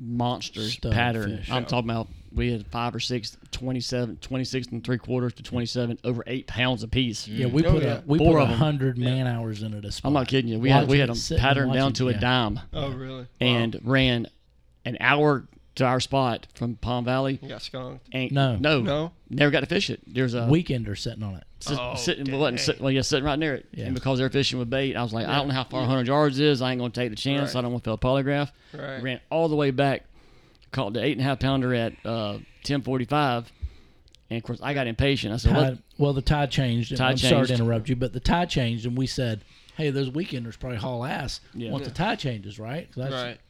Speaker 2: monsters
Speaker 3: Stud
Speaker 2: pattern.
Speaker 3: fish.
Speaker 2: I'm talking about we had five or six, 27, 26 and three quarters to 27, over eight pounds apiece.
Speaker 3: Yeah, we
Speaker 5: Oh,
Speaker 3: put
Speaker 5: yeah.
Speaker 3: a, we
Speaker 2: Four
Speaker 3: put a
Speaker 2: of 'em.
Speaker 3: hundred man hours into this.
Speaker 2: I'm not
Speaker 3: spot.
Speaker 2: kidding you. We had, we
Speaker 3: Watching
Speaker 2: had them
Speaker 3: it, sitting and
Speaker 2: patterned down
Speaker 3: watching,
Speaker 2: to a
Speaker 3: yeah.
Speaker 2: dime
Speaker 5: Oh really?
Speaker 2: and ran an hour to our spot from Palm Valley.
Speaker 5: You got skunked.
Speaker 2: And
Speaker 3: No.
Speaker 2: no,
Speaker 5: No.
Speaker 2: never got to fish it. There's a
Speaker 3: Weekender sitting on it.
Speaker 2: sit,
Speaker 5: Oh,
Speaker 2: sitting, well, wasn't sit, well, yeah, sitting right near it.
Speaker 3: Yeah.
Speaker 2: And because they're fishing with bait, I was like, I don't know how far 100 yards is. I ain't gonna take the chance.
Speaker 5: Right.
Speaker 2: I don't want to fail a polygraph.
Speaker 5: Right.
Speaker 2: Ran all the way back, caught the eight and a half pounder at uh, 10:45, and of course I got impatient. I said,
Speaker 3: Tide,
Speaker 2: Let,
Speaker 3: well, the tide changed.
Speaker 2: Tide
Speaker 3: I'm sorry
Speaker 2: changed.
Speaker 3: to interrupt you, but the tide changed, and we said, "Hey, those weekenders probably haul ass
Speaker 2: Yeah.
Speaker 3: once the tide changes, right?" 'Cause that's-
Speaker 5: Right.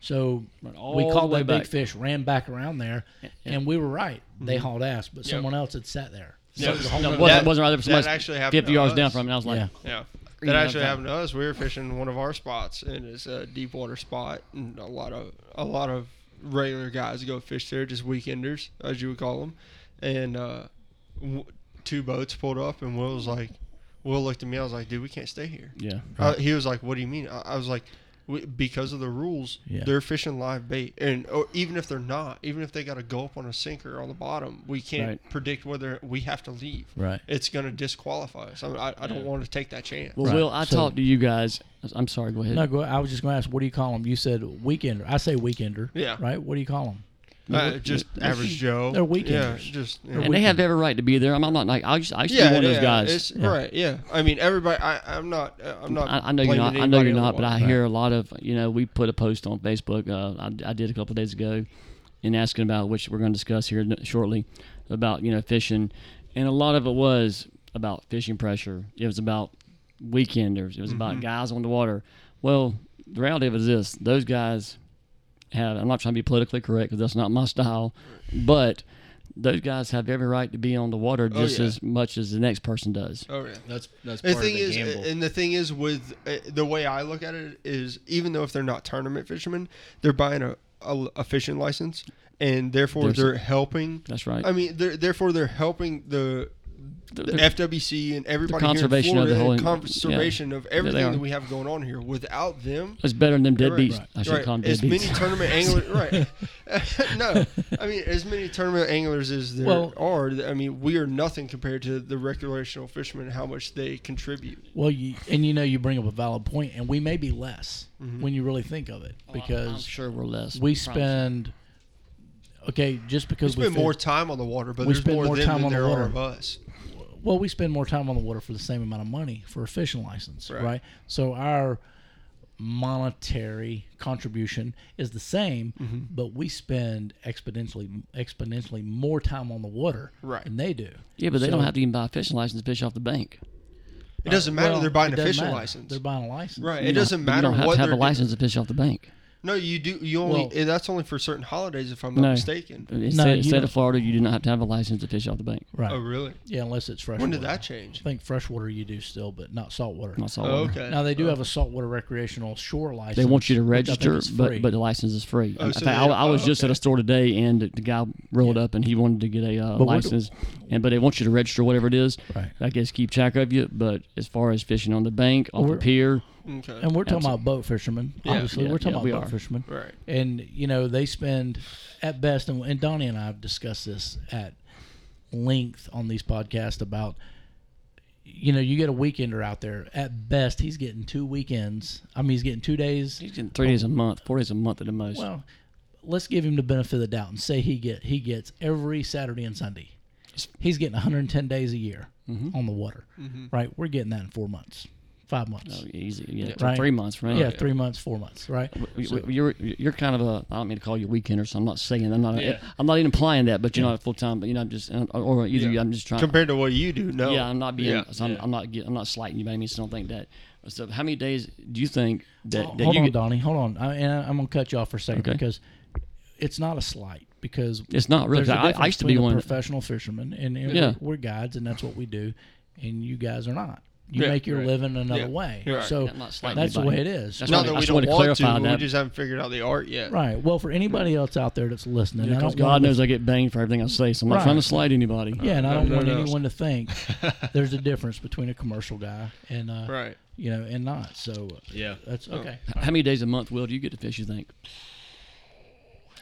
Speaker 3: So
Speaker 2: all
Speaker 3: we
Speaker 2: the
Speaker 3: caught
Speaker 2: way
Speaker 3: that
Speaker 2: back. Mm-hmm.
Speaker 3: big fish, ran back around there, and we were right. They hauled ass, but someone else had sat there.
Speaker 5: Yeah.
Speaker 2: no, it wasn't, wasn't right there for
Speaker 5: that
Speaker 2: somebody
Speaker 5: actually happened
Speaker 2: 50
Speaker 5: to
Speaker 2: yards
Speaker 5: us.
Speaker 2: down from me. And I was like,
Speaker 3: Yeah.
Speaker 5: Yeah.
Speaker 2: know,
Speaker 5: That actually
Speaker 2: that-
Speaker 5: happened to us. We were fishing one of our spots, and it's a deep water spot, and a lot of a lot of regular guys go fish there, just weekenders, as you would call them. And uh, w- two boats pulled up, and Will was like, Will looked at me. I was like, Dude, we can't stay here.
Speaker 2: yeah.
Speaker 5: Uh, he was like, "What do you mean?" I, I was like, we, "Because of the rules,
Speaker 3: Yeah.
Speaker 5: they're fishing live bait, and or even if they're not, even if they got a gulp on a sinker on the bottom, we can't
Speaker 2: Right.
Speaker 5: predict whether we have to leave.
Speaker 3: Right.
Speaker 5: It's going to disqualify us. I, mean, I, I don't want to take that chance.
Speaker 2: Well,
Speaker 3: Right.
Speaker 2: Will, I
Speaker 3: So-
Speaker 2: talked to you guys. I'm sorry. Go ahead.
Speaker 3: No, go, I was just going to ask, what do you call them? You said weekender. I say weekender.
Speaker 5: Yeah.
Speaker 3: Right. What do you call them?
Speaker 5: Uh, just average Joe.
Speaker 3: They're
Speaker 5: Yeah,
Speaker 3: weekenders.
Speaker 5: just yeah.
Speaker 2: and they have every right to be there. I'm, I'm not like I used, I used to
Speaker 5: yeah,
Speaker 2: be one of
Speaker 5: yeah,
Speaker 2: those guys.
Speaker 5: it's- Right. Yeah. I mean, everybody. I, I'm not. Uh, I'm not.
Speaker 2: I, I know you're not.
Speaker 5: blaming
Speaker 2: I know
Speaker 5: anybody
Speaker 2: you're
Speaker 5: on
Speaker 2: not, but
Speaker 5: one.
Speaker 2: I hear a lot of. You know, we put a post on Facebook. Uh, I, I did a couple of days ago, and asking about which we're going to discuss here n- shortly, about you know fishing, and a lot of it was about fishing pressure. It was about weekenders. It was
Speaker 5: Mm-hmm.
Speaker 2: about guys on the water. Well, the reality of it is this: those guys have. I'm not trying to be politically correct because that's not my style, but those guys have every right to be on the water just
Speaker 5: Oh, yeah.
Speaker 2: as much as the next person does.
Speaker 5: Oh yeah.
Speaker 4: That's that's
Speaker 5: The
Speaker 4: part
Speaker 5: thing
Speaker 4: of the
Speaker 5: is,
Speaker 4: gamble.
Speaker 5: and the thing is, with uh, the way I look at it is, even though if they're not tournament fishermen, they're buying a, a, a fishing license, and therefore
Speaker 2: There's-
Speaker 5: they're helping.
Speaker 2: That's right.
Speaker 5: I mean, they're, therefore they're helping the. The,
Speaker 2: the-
Speaker 5: FWC and everybody
Speaker 2: conservation
Speaker 5: here
Speaker 2: of
Speaker 5: in
Speaker 2: the
Speaker 5: Florida,
Speaker 2: whole-
Speaker 5: and conservation of everything
Speaker 2: are.
Speaker 5: that we have going on here. Without them,
Speaker 2: It's better than them dead
Speaker 5: Right,
Speaker 2: beats.
Speaker 5: right,
Speaker 2: I should
Speaker 5: right.
Speaker 2: call them dead
Speaker 5: as
Speaker 2: beats.
Speaker 5: many tournament anglers. Right? no, I mean as many tournament anglers as there
Speaker 3: Well-
Speaker 5: are. I mean we are nothing compared to the recreational fishermen. and How much they contribute.
Speaker 3: Well, you, and you know, you bring up a valid point, and we may be less when you really think of it because
Speaker 2: Mm-hmm. Oh, I'm sure we're less.
Speaker 3: we spend. Okay, just because
Speaker 5: We
Speaker 3: we
Speaker 5: spend more
Speaker 3: fit-
Speaker 5: time on the water, but
Speaker 3: we
Speaker 5: there's
Speaker 3: spend
Speaker 5: more,
Speaker 3: more
Speaker 5: of them
Speaker 3: time
Speaker 5: than
Speaker 3: on the
Speaker 5: there are
Speaker 3: water.
Speaker 5: of us.
Speaker 3: well, we spend more time on the water for the same amount of money for a fishing license,
Speaker 5: Right.
Speaker 3: right? So our monetary contribution is the same,
Speaker 5: Mm-hmm.
Speaker 3: but we spend exponentially exponentially more time on the water
Speaker 5: Right.
Speaker 3: than they do.
Speaker 2: yeah, but they don't
Speaker 3: So-
Speaker 2: have to even buy a fishing license to fish off the bank.
Speaker 5: It doesn't matter.
Speaker 3: Well,
Speaker 5: they're buying
Speaker 3: it
Speaker 5: a
Speaker 3: doesn't
Speaker 5: fishing
Speaker 3: matter.
Speaker 5: license.
Speaker 3: They're buying a license,
Speaker 5: right.
Speaker 2: You
Speaker 5: It
Speaker 2: don't-
Speaker 5: doesn't
Speaker 2: You
Speaker 5: matter
Speaker 2: don't have
Speaker 5: what
Speaker 2: to have
Speaker 5: they're
Speaker 2: a license to fish off the bank.
Speaker 5: doing. No, you do. You only.
Speaker 3: Well-
Speaker 5: that's only for certain holidays, if I'm
Speaker 2: No. Uh,
Speaker 5: not mistaken.
Speaker 2: In
Speaker 3: No,
Speaker 2: state,
Speaker 3: you
Speaker 2: state
Speaker 3: don't.
Speaker 2: of Florida, you do not have to have a license to fish off the bank.
Speaker 3: Right.
Speaker 5: Oh, really?
Speaker 3: Yeah, unless it's fresh.
Speaker 5: When did
Speaker 3: water.
Speaker 5: that change?
Speaker 3: I think freshwater you do still, but not saltwater.
Speaker 2: Not saltwater.
Speaker 5: Oh, okay.
Speaker 3: Now they do have a saltwater recreational shore license.
Speaker 2: They want you to
Speaker 3: which I think
Speaker 2: register,
Speaker 3: is free.
Speaker 2: but but the license is free.
Speaker 5: Oh,
Speaker 2: In
Speaker 5: so
Speaker 2: fact,
Speaker 5: they
Speaker 2: I,
Speaker 5: don't-
Speaker 2: I was
Speaker 5: oh,
Speaker 2: just at
Speaker 5: okay.
Speaker 2: a store today, and the guy rolled up, and he wanted to get a uh,
Speaker 3: But we're-
Speaker 2: license, and but they want you to register whatever it is.
Speaker 3: Right.
Speaker 2: I guess keep track of you. But as far as fishing on the bank, off the
Speaker 3: We're-
Speaker 2: pier,
Speaker 5: Okay.
Speaker 3: And we're talking
Speaker 2: Absolutely.
Speaker 3: about boat fishermen.
Speaker 5: Yeah,
Speaker 3: obviously,
Speaker 2: yeah,
Speaker 3: we're talking
Speaker 2: yeah,
Speaker 3: about
Speaker 2: we
Speaker 3: boat
Speaker 2: are.
Speaker 3: fishermen.
Speaker 5: Right.
Speaker 3: And you know, they spend at best, and, and Donnie and I have discussed this at length on these podcasts about. You know, you get a weekender out there. At best, he's getting two weekends. I mean, he's getting two days.
Speaker 2: He's getting three days a month, four days a month at the most.
Speaker 3: Well, let's give him the benefit of the doubt and say he get he gets every Saturday and Sunday. He's getting 110 days a year
Speaker 2: Mm-hmm.
Speaker 3: on the water, right? We're getting that in four months, five months,
Speaker 2: Oh, easy, yeah,
Speaker 3: Right.
Speaker 2: three months, right?
Speaker 3: yeah, three months, four months, right?
Speaker 2: We- we- You're you're kind of a I don't mean to call you weekender, so I'm not saying I'm not
Speaker 4: Yeah.
Speaker 2: I'm not even implying that, but you're not full time, but you know I'm just or either I'm just trying
Speaker 6: Compared to what you do, no.
Speaker 2: Yeah, I'm not being.
Speaker 6: Yeah.
Speaker 2: So I'm, I'm not. get- I'm not slighting you by any means. I don't think that. So how many days do you think that, that
Speaker 3: Oh, hold
Speaker 2: you
Speaker 3: on,
Speaker 2: get?
Speaker 3: Donnie. Hold on. I, and I- I'm gonna cut you off for a second
Speaker 2: Okay.
Speaker 3: because it's not a slight because
Speaker 2: It's not really.
Speaker 3: there's a
Speaker 2: I, I
Speaker 3: difference
Speaker 2: used to be
Speaker 3: between a
Speaker 2: one.
Speaker 3: professional fisherman, and, and
Speaker 2: Yeah.
Speaker 3: we're, we're guides, and that's what we do. And you guys are not. You
Speaker 5: Yeah,
Speaker 3: make your
Speaker 5: right.
Speaker 3: living another way.
Speaker 5: You're right.
Speaker 3: So
Speaker 2: Yeah, I'm not slighting
Speaker 3: that's the way
Speaker 2: anybody.
Speaker 3: it is.
Speaker 2: That's
Speaker 6: Not
Speaker 2: I
Speaker 6: that we
Speaker 2: just
Speaker 6: don't
Speaker 2: wanted to
Speaker 6: want
Speaker 2: clarify
Speaker 6: to,
Speaker 2: that.
Speaker 6: we just haven't figured out the art yet.
Speaker 3: Right. Well, for anybody else out there that's listening, I
Speaker 2: because
Speaker 3: don't
Speaker 2: God
Speaker 3: want
Speaker 2: knows
Speaker 3: to-
Speaker 2: I get banged for everything I say, so I'm not
Speaker 3: Right.
Speaker 2: trying to slight anybody.
Speaker 3: yeah, and I
Speaker 5: No,
Speaker 3: don't
Speaker 5: no,
Speaker 3: want
Speaker 5: no.
Speaker 3: anyone to think there's a difference between a commercial guy and uh,
Speaker 5: Right.
Speaker 3: you know and not. So
Speaker 4: Yeah.
Speaker 3: that's okay.
Speaker 2: How many days a month, Will, do you get to fish? You think?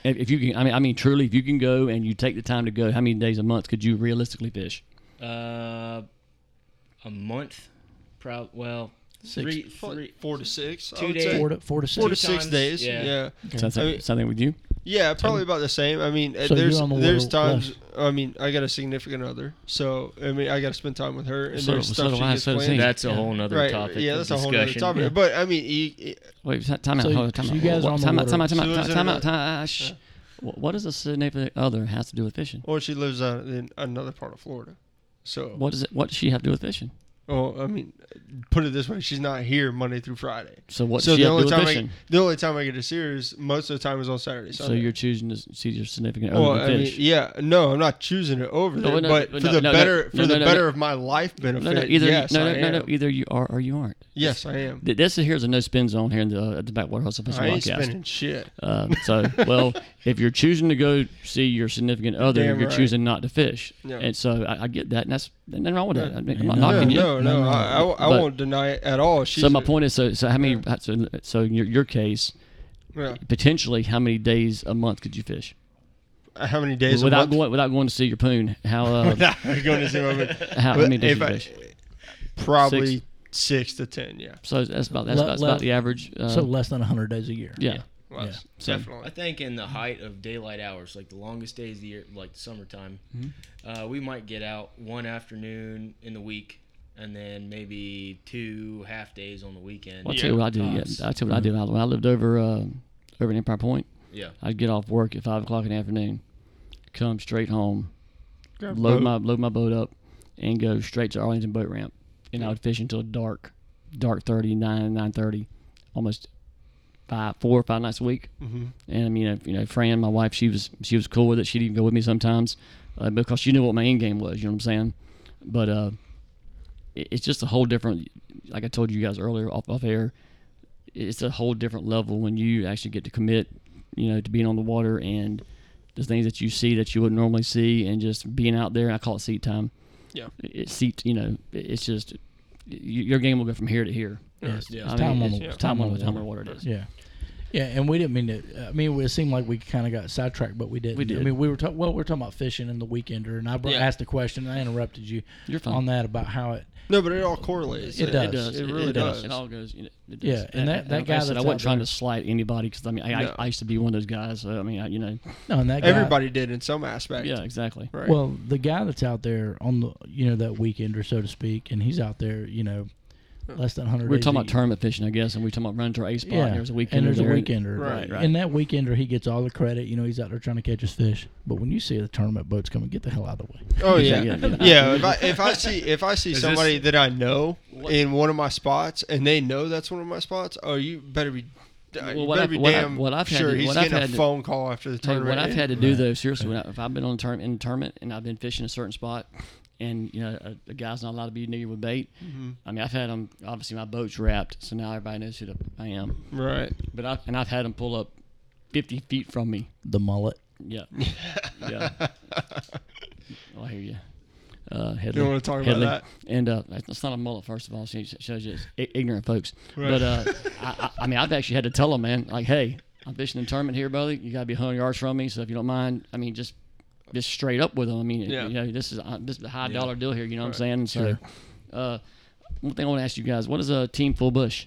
Speaker 2: If, if you can, I mean, I mean, truly, if you can go and you take the time to go, how many days a month could you realistically fish?
Speaker 4: Uh, a month, probably. Well,
Speaker 3: Six-
Speaker 4: three,
Speaker 5: Four,
Speaker 4: three,
Speaker 5: four to six. I
Speaker 4: two
Speaker 5: would
Speaker 4: days.
Speaker 5: say.
Speaker 3: Four to four to six.
Speaker 5: Oh. Four to
Speaker 4: Two
Speaker 5: six
Speaker 4: times,
Speaker 5: days.
Speaker 4: yeah.
Speaker 5: Yeah.
Speaker 2: So that's
Speaker 5: I mean-
Speaker 2: something with you.
Speaker 5: Yeah, probably about the same. I mean, uh
Speaker 3: So
Speaker 5: there's
Speaker 3: you're on the
Speaker 5: there's
Speaker 3: water
Speaker 5: times. I mean, I got a significant other, so I mean, I got to spend time with her, and
Speaker 2: So-
Speaker 5: there's
Speaker 2: so
Speaker 5: stuff
Speaker 2: do
Speaker 5: she
Speaker 2: I,
Speaker 5: gets
Speaker 2: so does
Speaker 5: planned.
Speaker 2: he.
Speaker 4: That's a whole nother
Speaker 5: right.
Speaker 4: topic.
Speaker 5: yeah,
Speaker 4: of
Speaker 5: that's a whole other
Speaker 4: discussion.
Speaker 5: topic. But I mean, he, he-
Speaker 2: Wait, ti- time out.
Speaker 3: So-
Speaker 2: hold on, time
Speaker 3: so
Speaker 2: out.
Speaker 3: you guys
Speaker 2: What-
Speaker 3: are on the
Speaker 2: time, out,
Speaker 3: water.
Speaker 2: time out. Time
Speaker 5: So
Speaker 2: out.
Speaker 5: is
Speaker 2: Time,
Speaker 5: it
Speaker 2: time
Speaker 5: a-
Speaker 2: out. Time out. Shh. What what does a significant other has to do with fishing?
Speaker 5: well, she lives out in another part of Florida, so
Speaker 2: What does it? What does she have to do with fishing?
Speaker 5: Well, I mean, put it this way: she's not here Monday through Friday.
Speaker 2: So what?
Speaker 5: so
Speaker 2: she
Speaker 5: the
Speaker 2: have to
Speaker 5: only
Speaker 2: do with
Speaker 5: time I,
Speaker 2: fishing?
Speaker 5: the only time I get to see her is most of the time is on Saturday.
Speaker 2: So
Speaker 5: Sunday.
Speaker 2: you're choosing to see your significant other
Speaker 5: Well,
Speaker 2: to
Speaker 5: I mean,
Speaker 2: fish.
Speaker 5: yeah, no, I'm not choosing it over
Speaker 2: No,
Speaker 5: there,
Speaker 2: no,
Speaker 5: but
Speaker 2: no,
Speaker 5: for
Speaker 2: no,
Speaker 5: the
Speaker 2: no,
Speaker 5: better
Speaker 2: no,
Speaker 5: for
Speaker 2: no,
Speaker 5: the
Speaker 2: no,
Speaker 5: better
Speaker 2: no.
Speaker 5: of my life benefit.
Speaker 2: no, no, either
Speaker 5: yes,
Speaker 2: you, no,
Speaker 5: I
Speaker 2: no, no,
Speaker 5: am.
Speaker 2: no, either you are or you aren't.
Speaker 5: Yes, I am.
Speaker 2: Th- This here is a no spin zone here in the, uh, the backwater hustle fishing
Speaker 5: I ain't
Speaker 2: podcast.
Speaker 5: spending shit.
Speaker 2: Uh, so, well, if you're choosing to go see your significant other,
Speaker 5: Damn
Speaker 2: you're
Speaker 5: right.
Speaker 2: choosing not to fish,
Speaker 5: Yeah.
Speaker 2: and so I, I get that, and that's there's nothing wrong with that. I mean, I'm not
Speaker 3: No,
Speaker 5: No,
Speaker 2: knocking you.
Speaker 5: no, no, I, I, I
Speaker 2: But-
Speaker 5: won't deny it at all. She's
Speaker 2: So my point is, so, so how many? So, so in your, your case,
Speaker 5: yeah.
Speaker 2: potentially, how many days a month could you fish
Speaker 5: How many days a
Speaker 2: without
Speaker 5: month?
Speaker 2: going without going to see your poon? How uh,
Speaker 5: I'm going to see my but
Speaker 2: how many days
Speaker 5: if
Speaker 2: you
Speaker 5: I,
Speaker 2: fish?
Speaker 5: probably six to ten. Yeah.
Speaker 2: So that's about that's,
Speaker 3: Le-
Speaker 2: about, that's
Speaker 3: le-
Speaker 2: about the average. Uh,
Speaker 3: So less than hundred days a year.
Speaker 2: yeah.
Speaker 5: Well,
Speaker 3: Yeah.
Speaker 2: So-
Speaker 4: I
Speaker 5: definitely.
Speaker 4: think in the height of daylight hours, like the longest days of the year, like the summertime, uh, we might get out one afternoon in the week, and then maybe two half days on the weekend.
Speaker 2: Well, I tell you what I do. Yeah, I tell you what I did when I- when I lived over uh, over in Empire Point.
Speaker 4: Yeah.
Speaker 2: I'd get off work at five o'clock in the afternoon, come straight home,
Speaker 5: Grab a
Speaker 2: load
Speaker 5: boat.
Speaker 2: my load my boat up, and go straight to Arlington boat ramp. And I would fish until dark, dark thirty nine nine thirty, almost five four or five nights a week. Mm-hmm. And I mean, if- you know, Fran, my wife, she was she was cool with it. She'd even go with me sometimes uh, because she knew what my end game was. You know what I'm saying? But uh, it- it's just a whole different. Like I told you guys earlier off off air, it's a whole different level when you actually get to commit, you know, to being on the water and the things that you see that you wouldn't normally see, and just being out there. I call it seat time.
Speaker 5: Yeah.
Speaker 2: it's seat. You know, it- it's just y- your game will go from here to here.
Speaker 3: Yes.
Speaker 4: Yeah.
Speaker 3: It's time on the
Speaker 2: it's
Speaker 3: it's
Speaker 2: time on the time on the water. It is.
Speaker 3: Yeah. Yeah, and we didn't mean to. I mean, it seemed like we kind of got sidetracked, but we didn't.
Speaker 2: We did.
Speaker 3: I mean, we were talking. Well, we are talking about fishing in the weekender, and I br-
Speaker 5: Yeah.
Speaker 3: asked a question. and I interrupted you
Speaker 2: You're fine.
Speaker 3: on that about how it.
Speaker 5: No, but it all correlates.
Speaker 3: It
Speaker 2: It does.
Speaker 5: It really does.
Speaker 2: It all goes. You know, it does.
Speaker 3: Yeah, and that- that
Speaker 2: like
Speaker 3: guy
Speaker 2: I, said, I
Speaker 3: that's
Speaker 2: wasn't
Speaker 3: out
Speaker 2: trying
Speaker 3: there-
Speaker 2: to slight anybody because I mean, I,
Speaker 5: No.
Speaker 2: I, I used to be one of those guys. So, I mean, I, you know,
Speaker 3: No, and that guy,
Speaker 5: Everybody did in some aspect.
Speaker 2: yeah, exactly.
Speaker 5: Right.
Speaker 3: Well, the guy that's out there on the you know that weekender, so to speak, and he's out there, you know, less than hundred.
Speaker 2: We were talking about tournament fishing, I guess, and we were talking about running to our A spot.
Speaker 3: Yeah,
Speaker 2: and there was a weekend.
Speaker 3: and there's a
Speaker 2: there.
Speaker 3: weekender,
Speaker 5: Right,
Speaker 3: and-
Speaker 2: right.
Speaker 3: And that weekender, he gets all the credit. You know, he's out there trying to catch his fish. But when you see the tournament boats coming, get the hell out of the way.
Speaker 5: Oh yeah,
Speaker 2: yeah,
Speaker 5: yeah.
Speaker 2: yeah.
Speaker 5: if I if I see if I see
Speaker 4: this-
Speaker 5: somebody that I know in one of my spots and they know that's one of my spots, oh, you better be.
Speaker 2: Well,
Speaker 5: you
Speaker 2: what
Speaker 5: better
Speaker 2: I've-
Speaker 5: be
Speaker 2: what I've-
Speaker 5: damn
Speaker 2: what I've had
Speaker 5: sure
Speaker 2: to-
Speaker 5: he's
Speaker 2: what I've
Speaker 5: getting
Speaker 2: had
Speaker 5: a
Speaker 2: to-
Speaker 5: phone call after the
Speaker 2: Tell you
Speaker 5: tournament.
Speaker 2: what I've
Speaker 5: and-
Speaker 2: had to do though, seriously, when I, if I've been on a tournament, in a tournament and I've been fishing a certain spot, and you know a, a guy's not allowed to be near with bait. I mean, I've had them. Obviously, my boat's wrapped, so now everybody knows who the, I am.
Speaker 5: right.
Speaker 2: But I and I've had them pull up fifty feet from me.
Speaker 3: The mullet.
Speaker 2: Yeah, yeah. Well, Oh, I hear you. Uh, Headley.
Speaker 5: You don't want to talk about
Speaker 2: Headley.
Speaker 5: that.
Speaker 2: And uh, it's not a mullet, first of all. She she shows you it's i- ignorant folks.
Speaker 5: Right.
Speaker 2: But uh, I, I, I mean, I've actually had to tell them, man, like, hey, I'm fishing in tournament here, brother. You gotta be 100 yards from me. So if you don't mind, I mean, just just straight up with them. I mean,
Speaker 5: Yeah.
Speaker 2: you know, this is uh, this is a high dollar deal here. You know what I'm saying? So, uh, one thing I want to ask you guys: What is a team full bush?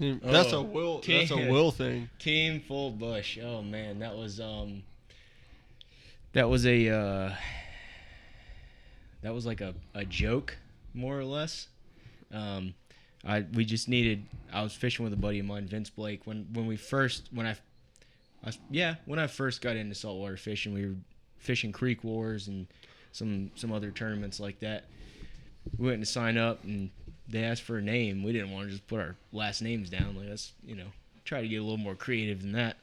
Speaker 5: Mm, That's
Speaker 4: Oh,
Speaker 5: a will. That's a
Speaker 4: can't.
Speaker 5: will thing.
Speaker 4: Team Full Bush. Oh man, that was um that was a uh that was like a, a joke more or less. Um I we just needed I was fishing with a buddy of mine, Vince Blake, when when we first when I, I was- yeah, when I first got into saltwater fishing, we were fishing creek wars and some some other tournaments like that. We went to sign up and they asked for a name. We didn't want to just put our last names down. Like that's you know, try to get a little more creative than that.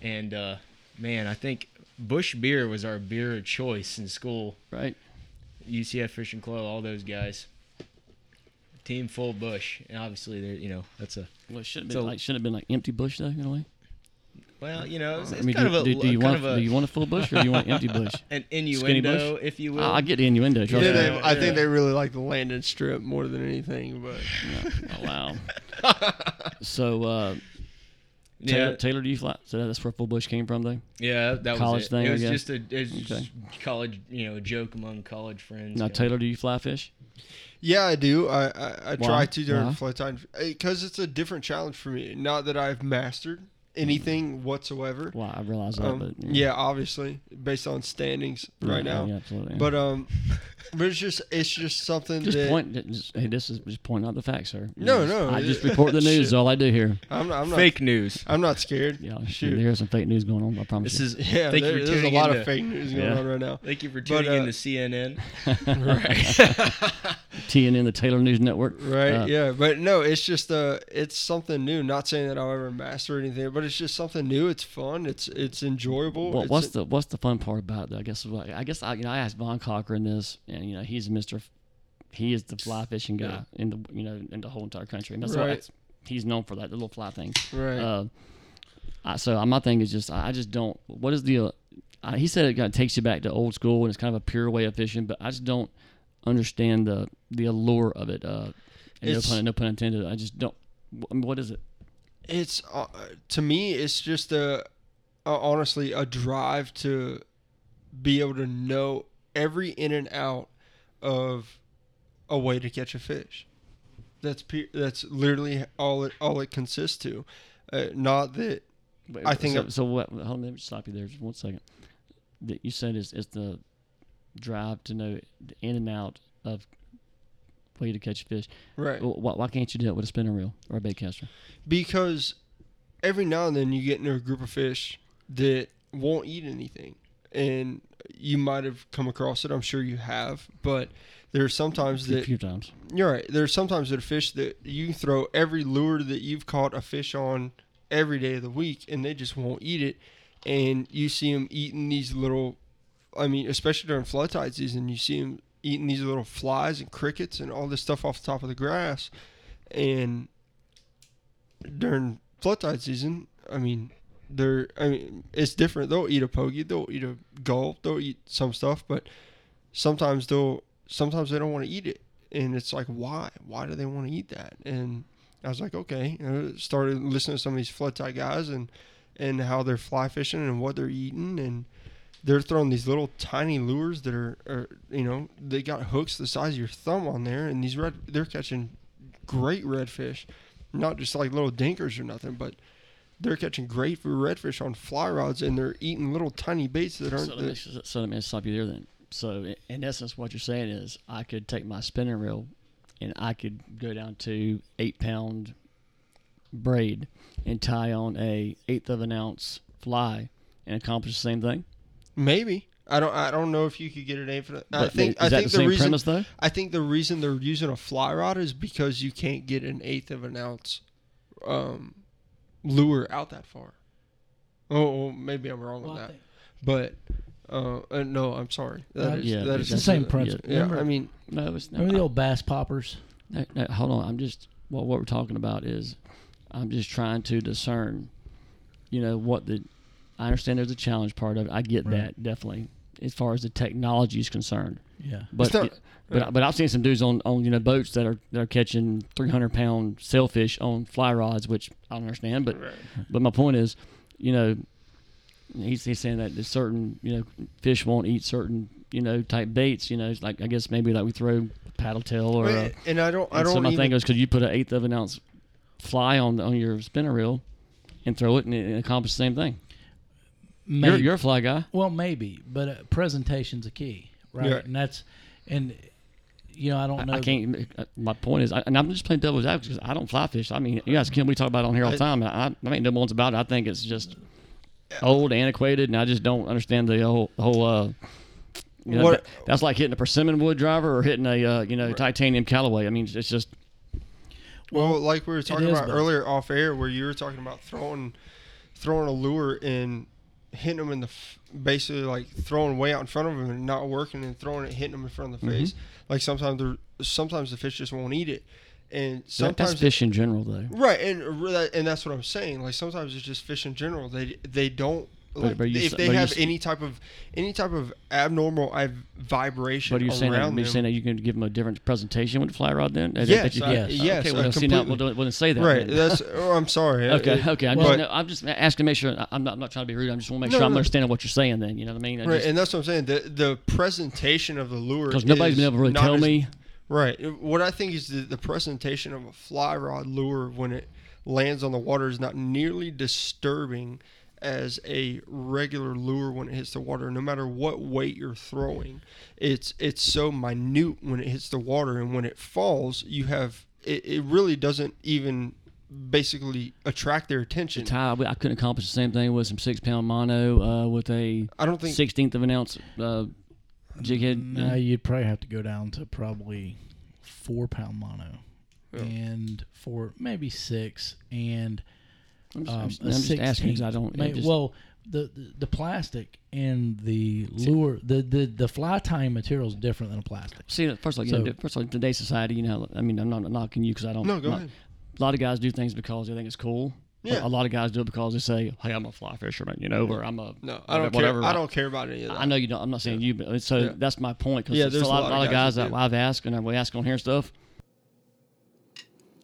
Speaker 4: And uh, man, I think Bush beer was our beer of choice in school.
Speaker 2: Right?
Speaker 4: UCF Fishing Club, all those guys. Team full Bush, and obviously there, you know, that's a
Speaker 2: Well, it should have
Speaker 4: been
Speaker 2: been
Speaker 4: So-
Speaker 2: like
Speaker 4: like-
Speaker 2: should have been like empty bush though, in a way.
Speaker 4: well, you know, it's,
Speaker 2: Uh, I
Speaker 4: it's
Speaker 2: mean,
Speaker 4: kind
Speaker 2: do,
Speaker 4: of a
Speaker 2: do, do you
Speaker 4: kind
Speaker 2: want
Speaker 4: of a,
Speaker 2: do you want a full bush or do you want an empty bush?
Speaker 4: an
Speaker 2: skinny bush?
Speaker 4: innuendo, if you will.
Speaker 2: I, I get the innuendo. Trust
Speaker 5: Yeah,
Speaker 2: me.
Speaker 5: they-
Speaker 6: I think
Speaker 4: yeah.
Speaker 6: they really like the landing strip more than anything, but
Speaker 2: Oh, wow. so uh, Taylor,
Speaker 4: yeah,
Speaker 2: Taylor, do you fly? So that's where full bush came from, though.
Speaker 4: yeah, that
Speaker 2: College
Speaker 4: was it.
Speaker 2: thing, I
Speaker 4: it was
Speaker 2: guess.
Speaker 4: just a it was
Speaker 2: Okay.
Speaker 4: just college, you know, a joke among college friends.
Speaker 2: Now,
Speaker 4: kinda.
Speaker 2: Taylor, do you fly fish?
Speaker 5: Yeah, I do. I I, I
Speaker 2: Why?
Speaker 5: try to during
Speaker 2: Why?
Speaker 5: flight time because it's a different challenge for me. Not that I've mastered anything whatsoever.
Speaker 2: Well, I realize that,
Speaker 5: Um,
Speaker 2: but
Speaker 5: yeah, obviously based on standings right now.
Speaker 2: yeah, absolutely.
Speaker 5: But um, but it's just it's just something
Speaker 2: just
Speaker 5: that
Speaker 2: point, just, hey, this is just point out the facts, sir. You
Speaker 5: No,
Speaker 2: just-
Speaker 5: no,
Speaker 2: I just
Speaker 5: it-
Speaker 2: report the news. is all I do here.
Speaker 5: I'm, I'm not
Speaker 4: fake news.
Speaker 5: I'm not scared.
Speaker 2: Yeah,
Speaker 5: Shoot.
Speaker 2: there's some fake news going on. I promise.
Speaker 4: This
Speaker 2: you.
Speaker 4: is
Speaker 5: Yeah,
Speaker 4: Thank
Speaker 5: there-
Speaker 4: you for
Speaker 5: there's a
Speaker 4: tuning
Speaker 5: lot
Speaker 4: into-
Speaker 5: of fake news going
Speaker 2: Yeah.
Speaker 5: on right now.
Speaker 4: Thank you for
Speaker 5: But,
Speaker 4: tuning
Speaker 5: uh,
Speaker 4: in to CNN.
Speaker 2: TNN, the Taylor News Network.
Speaker 5: Right,
Speaker 2: Uh,
Speaker 5: yeah, but no, it's just uh it's something new. Not saying that I'll ever master anything, but it's just something new. It's fun. It's it's enjoyable.
Speaker 2: What,
Speaker 5: it's
Speaker 2: what's the what's the fun part about it? though? I guess what- I guess I, you know I asked Von Cochran this, and you know he's Mister, he is the fly fishing guy in the you know in the whole entire country, and that's what
Speaker 5: Right.
Speaker 2: that's, he's known for that the little fly thing.
Speaker 5: right.
Speaker 2: Uh, I, so uh, my thing is just I, I just don't. What is the? Uh, I, he said it kind of takes you back to old school, and it's kind of a pure way of fishing, but I just don't understand the the allure of it. Uh, and no
Speaker 5: It's-
Speaker 2: pun no pun intended. I just don't. I mean, what is it?
Speaker 5: it's uh, to me it's just a, a honestly a drive to be able to know every in and out of a way to catch a fish that's pe- that's literally all it all it consists to uh, not that I think
Speaker 2: so.
Speaker 5: I'm-
Speaker 2: so what? Hold on, let me stop you there just one second. That you said is it's the drive to know the in and out of way to catch a fish.
Speaker 5: right
Speaker 2: Wh- Why, why can't you do it with a spinner reel or a baitcaster?
Speaker 5: because every now and then you get into a group of fish that won't eat anything and you might have come across it i'm sure you have but there are sometimes
Speaker 2: A
Speaker 5: that
Speaker 2: few times.
Speaker 5: You're right. There's sometimes that a fish that you can throw every lure that you've caught a fish on every day of the week, and they just won't eat it. And you see them eating these little, I mean, especially during flood tide season, you see them eating these little flies and crickets and all this stuff off the top of the grass. And during flood tide season, I mean, they're, I mean, it's different. They'll eat a pogey, they'll eat a gull, they'll eat some stuff, but sometimes they'll, sometimes they don't want to eat it and it's like why why do they want to eat that and i was like okay and I started listening to some of these flood tide guys and and how they're fly fishing and what they're eating and they're throwing these little tiny lures that are, are you know they got hooks the size of your thumb on there and these red they're catching great redfish not just like little dinkers or nothing but they're catching great redfish on fly rods and they're eating little tiny baits that aren't
Speaker 2: So let, me,
Speaker 5: the,
Speaker 2: so let me stop you there then. So i- in essence, what you're saying is I could take my spinner reel and I could go down to eight pound braid and tie on a eighth of an ounce fly and accomplish the same thing.
Speaker 5: maybe i don't i don't know if you could get an aim for that i
Speaker 2: But
Speaker 5: think
Speaker 2: is
Speaker 5: i
Speaker 2: that
Speaker 5: think
Speaker 2: the same
Speaker 5: reason
Speaker 2: premise though?
Speaker 5: I think the reason they're using a fly rod is because you can't get an eighth of an ounce um, lure out that far. Oh, well, maybe I'm wrong
Speaker 3: Well,
Speaker 5: with
Speaker 3: I
Speaker 5: that,
Speaker 3: think-
Speaker 5: but uh, uh, no, I'm sorry.
Speaker 3: No,
Speaker 5: That is
Speaker 2: yeah,
Speaker 5: that
Speaker 2: it's
Speaker 5: is
Speaker 3: it's the same
Speaker 5: completely-
Speaker 3: principle.
Speaker 5: Yeah,
Speaker 3: remember,
Speaker 5: I mean,
Speaker 2: No, it's not.
Speaker 3: remember the old bass poppers?
Speaker 2: No, no, hold on. I'm just well, what we're talking about is I'm just trying to discern, you know, what the I understand there's a challenge part of it. I get
Speaker 3: Right.
Speaker 2: that definitely. as far as the technology is concerned.
Speaker 3: Yeah.
Speaker 2: But
Speaker 5: It's not-
Speaker 2: but but I've seen some dudes on, on you know boats that are that are catching 300 pound sailfish on fly rods, which I don't understand. But
Speaker 5: Right.
Speaker 2: but my point is, you know, he's, he's saying that there's certain you know fish won't eat certain you know type baits. You know, it's like I guess maybe like we throw paddle tail or. a-
Speaker 5: Right, and I don't. I
Speaker 2: and so
Speaker 5: don't.
Speaker 2: my thing
Speaker 5: Even,
Speaker 2: goes because you put an eighth of an ounce fly on on your spinner reel and throw it and it accomplishes the same thing. You're,
Speaker 3: Maybe.
Speaker 2: you're a fly guy.
Speaker 3: well, maybe, but uh, presentation's a key, right?
Speaker 5: Yeah.
Speaker 3: And that's, and you know, I don't know.
Speaker 2: I, I can't. uh, My point is, I, and I'm just playing devil's advocate because I don't fly fish. I mean, you guys can we talk about it on here all the time. and I, I ain't no one's about it. I think it's just old, antiquated, and I just don't understand the whole whole. Uh, you know,
Speaker 5: What-
Speaker 2: that- that's like hitting a persimmon wood driver or hitting a uh, you know titanium Callaway. I mean, it's just
Speaker 5: well, like we were talking
Speaker 3: is
Speaker 5: about
Speaker 3: both.
Speaker 5: earlier off air, where you were talking about throwing, throwing a lure and hitting them in the, f- basically like throwing way out in front of them and not working and throwing it, hitting them in front
Speaker 2: Mm-hmm.
Speaker 5: of the face. Like sometimes they're, sometimes the fish just won't eat it, and sometimes
Speaker 2: that's fish in general though.
Speaker 5: Right, and re- and that's what I'm saying. Like sometimes it's just fish in general. They they don't like
Speaker 2: but you
Speaker 5: if
Speaker 2: s-
Speaker 5: they
Speaker 2: but you
Speaker 5: have
Speaker 2: s-
Speaker 5: any type of any type of abnormal i- vibration
Speaker 2: But are you saying that,
Speaker 5: around
Speaker 2: are you saying that
Speaker 5: them.
Speaker 2: you can give them a different presentation with the fly rod then? That-
Speaker 5: Yes,
Speaker 2: that you
Speaker 5: I-
Speaker 2: can-
Speaker 5: yes,
Speaker 2: Okay,
Speaker 5: I
Speaker 2: well, no, see, now, well,
Speaker 5: completely-
Speaker 2: don't, wouldn't say that.
Speaker 5: right.
Speaker 2: then.
Speaker 5: That's oh, I'm sorry.
Speaker 2: Okay,
Speaker 5: It-
Speaker 2: okay. I'm
Speaker 5: but-
Speaker 2: just, no, I'm just asking to make sure I'm not, I'm not trying to be rude. I just want to make
Speaker 5: No,
Speaker 2: sure I'm
Speaker 5: no.
Speaker 2: understanding what you're saying. Then you know what I mean? I
Speaker 5: Right,
Speaker 2: just-
Speaker 5: and that's what I'm saying. The the presentation of the lure
Speaker 2: Because nobody's
Speaker 5: is
Speaker 2: been able to really
Speaker 5: not
Speaker 2: tell
Speaker 5: as-
Speaker 2: me.
Speaker 5: Right. What I think is the, the presentation of a fly rod lure when it lands on the water is not nearly disturbing as a regular lure when it hits the water. No matter what weight you're throwing, it's it's so minute when it hits the water, and when it falls, you have it, it really doesn't even basically attract their attention.
Speaker 2: Ty, I, I couldn't accomplish the same thing with some six pound mono uh, with a
Speaker 5: I don't think
Speaker 2: sixteenth of an ounce uh, jig head.
Speaker 3: No, you'd probably have to go down to probably four pound mono,
Speaker 5: Yeah.
Speaker 3: and four maybe six, and
Speaker 2: I'm just,
Speaker 3: um,
Speaker 2: I'm
Speaker 3: a
Speaker 2: just- I'm just asking 'cause I
Speaker 3: 16th.
Speaker 2: don't.
Speaker 3: May-
Speaker 2: it just,
Speaker 3: well, the, the the plastic and the lure, the the the fly tying material is different than a plastic.
Speaker 2: see, first of all, you
Speaker 3: so-
Speaker 2: know, first of all, in today's society, you know, I mean, I'm not knocking you because I don't.
Speaker 5: No, go
Speaker 2: not-
Speaker 5: ahead.
Speaker 2: A lot of guys do things because they think it's cool.
Speaker 5: Yeah.
Speaker 2: A lot of guys do it because they say, "Hey, I'm a fly fisherman," you know, or I'm a
Speaker 5: no. I don't
Speaker 2: whatever.
Speaker 5: care. I don't care about any of that.
Speaker 2: I know you don't. I'm not saying you, but uh, so
Speaker 5: Yeah.
Speaker 2: that's my point. Because
Speaker 5: Yeah,
Speaker 2: there's a lot, lot of guys that
Speaker 5: do.
Speaker 2: I've asked and we ask on here and stuff.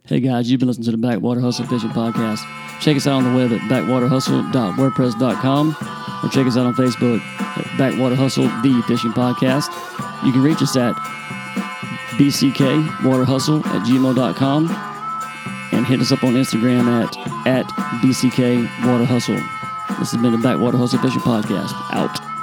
Speaker 2: Hey guys, you've been listening to the Backwater Hustle Fishing Podcast. Check us out on the web at backwaterhustle.wordpress.com or check us out on Facebook at Backwater Hustle The Fishing Podcast. You can reach us at bckwaterhustle at gmail.com and hit us up on Instagram at, at bckwaterhustle. This has been the Backwater Hustle Fishing Podcast. Out.